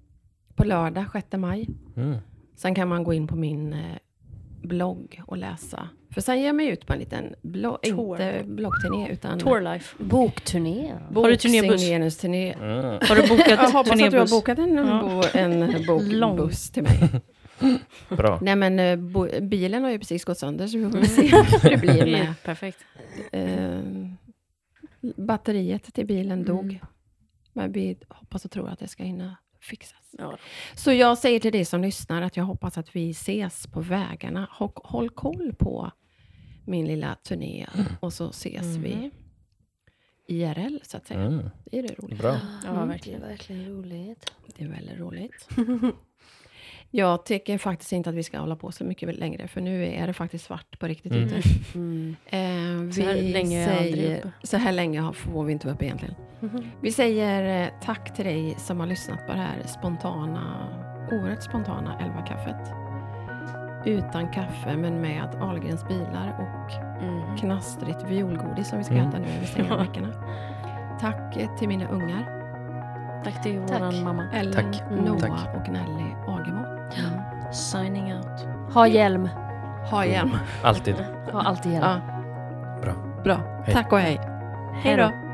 [SPEAKER 2] på lördag 6 maj.
[SPEAKER 3] Mm.
[SPEAKER 2] Sen kan man gå in på min eh, blogg och läsa. För sen ger jag mig ut på en liten blogg,
[SPEAKER 1] Tour.
[SPEAKER 2] inte bloggturné, utan
[SPEAKER 1] Tourlife.
[SPEAKER 4] Bokturné.
[SPEAKER 1] Har du turnébuss?
[SPEAKER 2] signeringsturné.
[SPEAKER 3] Mm.
[SPEAKER 1] Har du
[SPEAKER 2] Jag
[SPEAKER 1] bokat
[SPEAKER 2] hoppas att du har
[SPEAKER 1] turnébuss?
[SPEAKER 2] bokat en,
[SPEAKER 1] Ja.
[SPEAKER 2] bo- en
[SPEAKER 1] Lång.
[SPEAKER 2] bokbuss till mig.
[SPEAKER 3] Bra.
[SPEAKER 2] Nej men eh, bo- bilen har ju precis gått sönder så vi får väl se hur det blir
[SPEAKER 1] Det
[SPEAKER 2] med
[SPEAKER 1] är perfekt.
[SPEAKER 2] Eh, batteriet till bilen
[SPEAKER 1] Mm.
[SPEAKER 2] dog. Men vi hoppas och tror att det ska hinna fixas.
[SPEAKER 1] Ja.
[SPEAKER 2] Så jag säger till dig som lyssnar att jag hoppas att vi ses på vägarna. Håll, håll koll på min lilla turné
[SPEAKER 3] Mm.
[SPEAKER 2] och så ses vi IRL så att säga.
[SPEAKER 3] Mm.
[SPEAKER 2] Det är det roligt.
[SPEAKER 3] Bra.
[SPEAKER 1] Ja,
[SPEAKER 4] Mm,
[SPEAKER 1] verkligen.
[SPEAKER 4] Det är verkligen roligt.
[SPEAKER 2] Det är väldigt roligt. jag tycker faktiskt inte att vi ska hålla på så mycket längre för nu är det faktiskt svart på riktigt
[SPEAKER 3] Mm.
[SPEAKER 2] ute.
[SPEAKER 4] Mm.
[SPEAKER 2] Eh, vi
[SPEAKER 1] Så här länge är jag aldrig
[SPEAKER 2] säger,
[SPEAKER 1] uppe. Mhm.
[SPEAKER 2] så här länge har- får vi inte vara uppe egentligen. Vi säger eh, tack till dig som har lyssnat på det här spontana, oerhört spontana Elva-kaffet. Utan kaffe men med Ahlgrens bilar och
[SPEAKER 1] Mm.
[SPEAKER 2] knastrigt violgodis som vi ska
[SPEAKER 3] Mm.
[SPEAKER 2] äta nu när vi stänger av veckorna. Tack eh, till mina ungar,
[SPEAKER 1] Tack till
[SPEAKER 4] Tack.
[SPEAKER 1] våran mamma.
[SPEAKER 2] Ellen,
[SPEAKER 3] Tack.
[SPEAKER 4] Mm,
[SPEAKER 2] Noah
[SPEAKER 3] tack.
[SPEAKER 2] och Nelly Agemo.
[SPEAKER 1] Signing out.
[SPEAKER 4] Ha hjälm.
[SPEAKER 2] Ha
[SPEAKER 3] Mm.
[SPEAKER 2] igen.
[SPEAKER 3] Alltid.
[SPEAKER 4] Ha alltid hjälm.
[SPEAKER 2] Ja.
[SPEAKER 3] Bra.
[SPEAKER 2] Bra.
[SPEAKER 3] Hej.
[SPEAKER 2] Tack och hej.
[SPEAKER 1] Hej då.
[SPEAKER 2] Hej